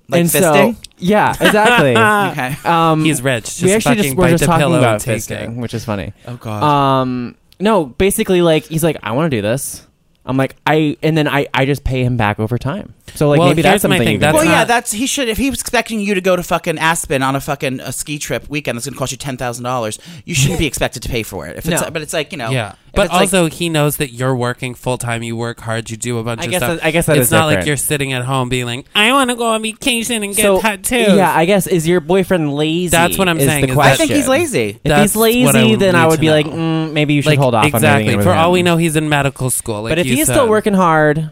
Speaker 4: Like
Speaker 3: and
Speaker 4: fisting?
Speaker 3: so yeah, exactly.
Speaker 4: okay.
Speaker 3: Um,
Speaker 10: He's rich. Just
Speaker 3: we actually
Speaker 10: fucking
Speaker 3: just we're
Speaker 10: bite
Speaker 3: just
Speaker 10: the
Speaker 3: talking
Speaker 10: pillow
Speaker 3: about
Speaker 10: and take it.
Speaker 3: fisting, which is funny.
Speaker 4: Oh god.
Speaker 3: Um, no, basically, like he's like, I want to do this. I'm like, I, and then I, I just pay him back over time. So like,
Speaker 10: Well,
Speaker 3: maybe that's
Speaker 10: here's my
Speaker 3: something.
Speaker 10: thing.
Speaker 3: you can
Speaker 10: That's
Speaker 4: well,
Speaker 3: do.
Speaker 4: yeah,
Speaker 10: not-
Speaker 4: that's he should. If he was expecting you to go to fucking Aspen on a fucking a ski trip weekend that's going to cost you ten thousand dollars, you shouldn't be expected to pay for it. If it's
Speaker 3: No.
Speaker 4: but it's like
Speaker 3: Oh.
Speaker 4: you know,
Speaker 10: Yeah,
Speaker 4: if
Speaker 10: but
Speaker 4: it's like-
Speaker 10: also he knows that you're working full time. You work hard. You do a bunch
Speaker 3: I
Speaker 10: of
Speaker 3: guess
Speaker 10: stuff.
Speaker 3: that- I guess that
Speaker 10: it's
Speaker 3: is
Speaker 10: not like
Speaker 3: different.
Speaker 10: you're sitting at home being like, "I want to go on vacation and get
Speaker 3: so
Speaker 10: tattoos."
Speaker 3: yeah, I guess is your boyfriend lazy?
Speaker 10: That's what I'm
Speaker 3: is
Speaker 10: saying,
Speaker 3: The
Speaker 10: is that-
Speaker 3: question.
Speaker 4: I think he's lazy.
Speaker 3: If
Speaker 10: That's
Speaker 3: he's
Speaker 10: what I
Speaker 3: lazy, then I
Speaker 10: need
Speaker 3: would
Speaker 10: to
Speaker 3: be like,
Speaker 10: know.
Speaker 3: mm, maybe you should
Speaker 10: like
Speaker 3: hold off. on
Speaker 10: exactly.
Speaker 3: doing it
Speaker 10: For
Speaker 3: with
Speaker 10: all
Speaker 3: him.
Speaker 10: we know, he's in medical school. Like
Speaker 3: but if
Speaker 10: you
Speaker 3: he's
Speaker 10: said.
Speaker 3: still working hard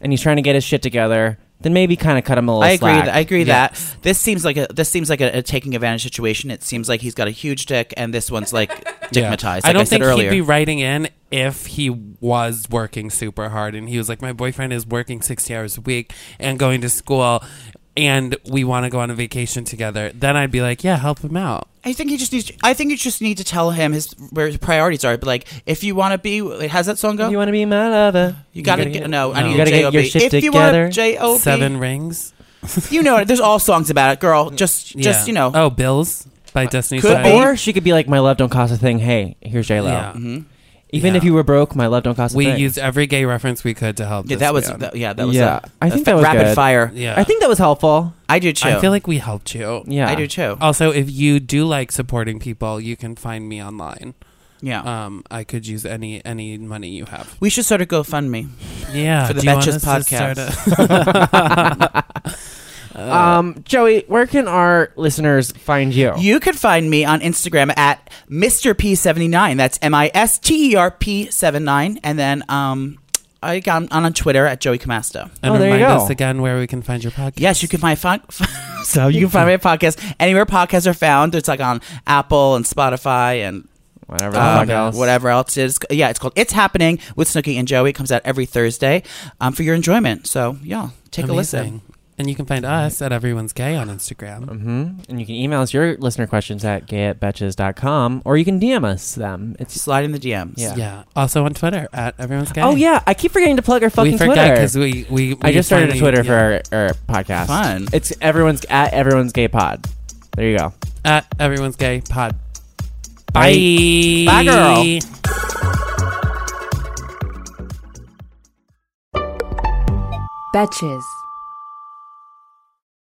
Speaker 3: and he's trying to get his shit together, then maybe kind of cut him a little.
Speaker 4: I agree.
Speaker 3: slack.
Speaker 4: I agree that this seems like a this seems like a, a taking advantage situation. It seems like he's got a huge dick, and this one's like stigmatized.
Speaker 10: I
Speaker 4: Like
Speaker 10: don't
Speaker 4: I said
Speaker 10: think
Speaker 4: earlier.
Speaker 10: he'd be writing in if he was working super hard and he was like, "My boyfriend is working sixty hours a week and going to school." And we want to go on a vacation together. Then I'd be like, "Yeah, help him out."
Speaker 4: I think he just needs. I think you just need to tell him his where his priorities are. But like, if you want to be, how's that song go?
Speaker 3: You
Speaker 4: You,
Speaker 3: want to be my lover?
Speaker 4: gotta, get, no. I
Speaker 10: no.
Speaker 4: need
Speaker 10: You
Speaker 3: gotta get
Speaker 4: J-O-B.
Speaker 3: your shit
Speaker 4: if you want
Speaker 3: together.
Speaker 4: J O B,
Speaker 10: Seven rings.
Speaker 4: You know, it. there's all songs about it, girl. Just, just
Speaker 10: Yeah.
Speaker 4: you know.
Speaker 10: Oh, bills by Destiny's
Speaker 4: could
Speaker 10: Child.
Speaker 4: be.
Speaker 3: Or she could be like, my love don't cost a thing. Hey, here's J Lo.
Speaker 10: Yeah.
Speaker 4: Mm-hmm.
Speaker 3: Even
Speaker 10: Yeah.
Speaker 3: if you were broke, my love don't cost a
Speaker 10: We
Speaker 3: thing.
Speaker 10: used every gay reference we could to help.
Speaker 4: yeah,
Speaker 10: this
Speaker 4: that was.
Speaker 10: man.
Speaker 4: That, yeah, that was.
Speaker 3: Yeah,
Speaker 4: a-
Speaker 3: I
Speaker 4: a
Speaker 3: think
Speaker 4: fa-
Speaker 3: that was
Speaker 4: rapid
Speaker 3: good.
Speaker 4: fire.
Speaker 10: yeah.
Speaker 3: I think that was helpful.
Speaker 4: I do too.
Speaker 10: I feel like we helped you.
Speaker 3: Yeah,
Speaker 4: I do too.
Speaker 10: Also, if you do like supporting people, you can find me online.
Speaker 4: yeah.
Speaker 10: Um, I could use any any money you have.
Speaker 4: we should start a GoFundMe.
Speaker 10: Yeah,
Speaker 4: For the
Speaker 10: uh, do you want
Speaker 4: Betches
Speaker 10: us to start a-
Speaker 3: Um, Joey, where can our listeners find you?
Speaker 4: You can find me on Instagram at Mr. P79. That's M I S T E R P 79. And then um, I got on, on Twitter at Joey Camasto.
Speaker 10: and
Speaker 3: Oh, there you
Speaker 10: remind
Speaker 3: go.
Speaker 10: us again where we can find your podcast.
Speaker 4: Yes, you can find fun- so you can find my podcast anywhere podcasts are found. It's like on Apple and Spotify and
Speaker 3: Whatever the
Speaker 4: um,
Speaker 3: fuck else.
Speaker 4: whatever else it is. Yeah, it's called It's Happening with Snooki and Joey. It comes out every Thursday um, for your enjoyment. So yeah, take a listen.
Speaker 10: Amazing. And you can find us at Everyone's Gay on Instagram.
Speaker 3: hmm And you can email us your listener questions at gayatbetches.com or you can DM us them. It's
Speaker 4: Slide in the DMs.
Speaker 3: Yeah.
Speaker 10: Yeah. Also on Twitter at Everyone's Gay.
Speaker 3: Oh yeah, I keep forgetting to plug our fucking
Speaker 10: we
Speaker 3: Twitter.
Speaker 10: forgot because we, we
Speaker 3: I
Speaker 10: we
Speaker 3: just started a
Speaker 10: finally-
Speaker 3: Twitter
Speaker 10: yeah.
Speaker 3: for our, our podcast.
Speaker 4: Fun.
Speaker 3: It's everyone's at everyone's gay pod. There you go.
Speaker 10: at Everyone's Gay Pod.
Speaker 3: Bye.
Speaker 10: Bye,
Speaker 4: girl.
Speaker 2: Betches.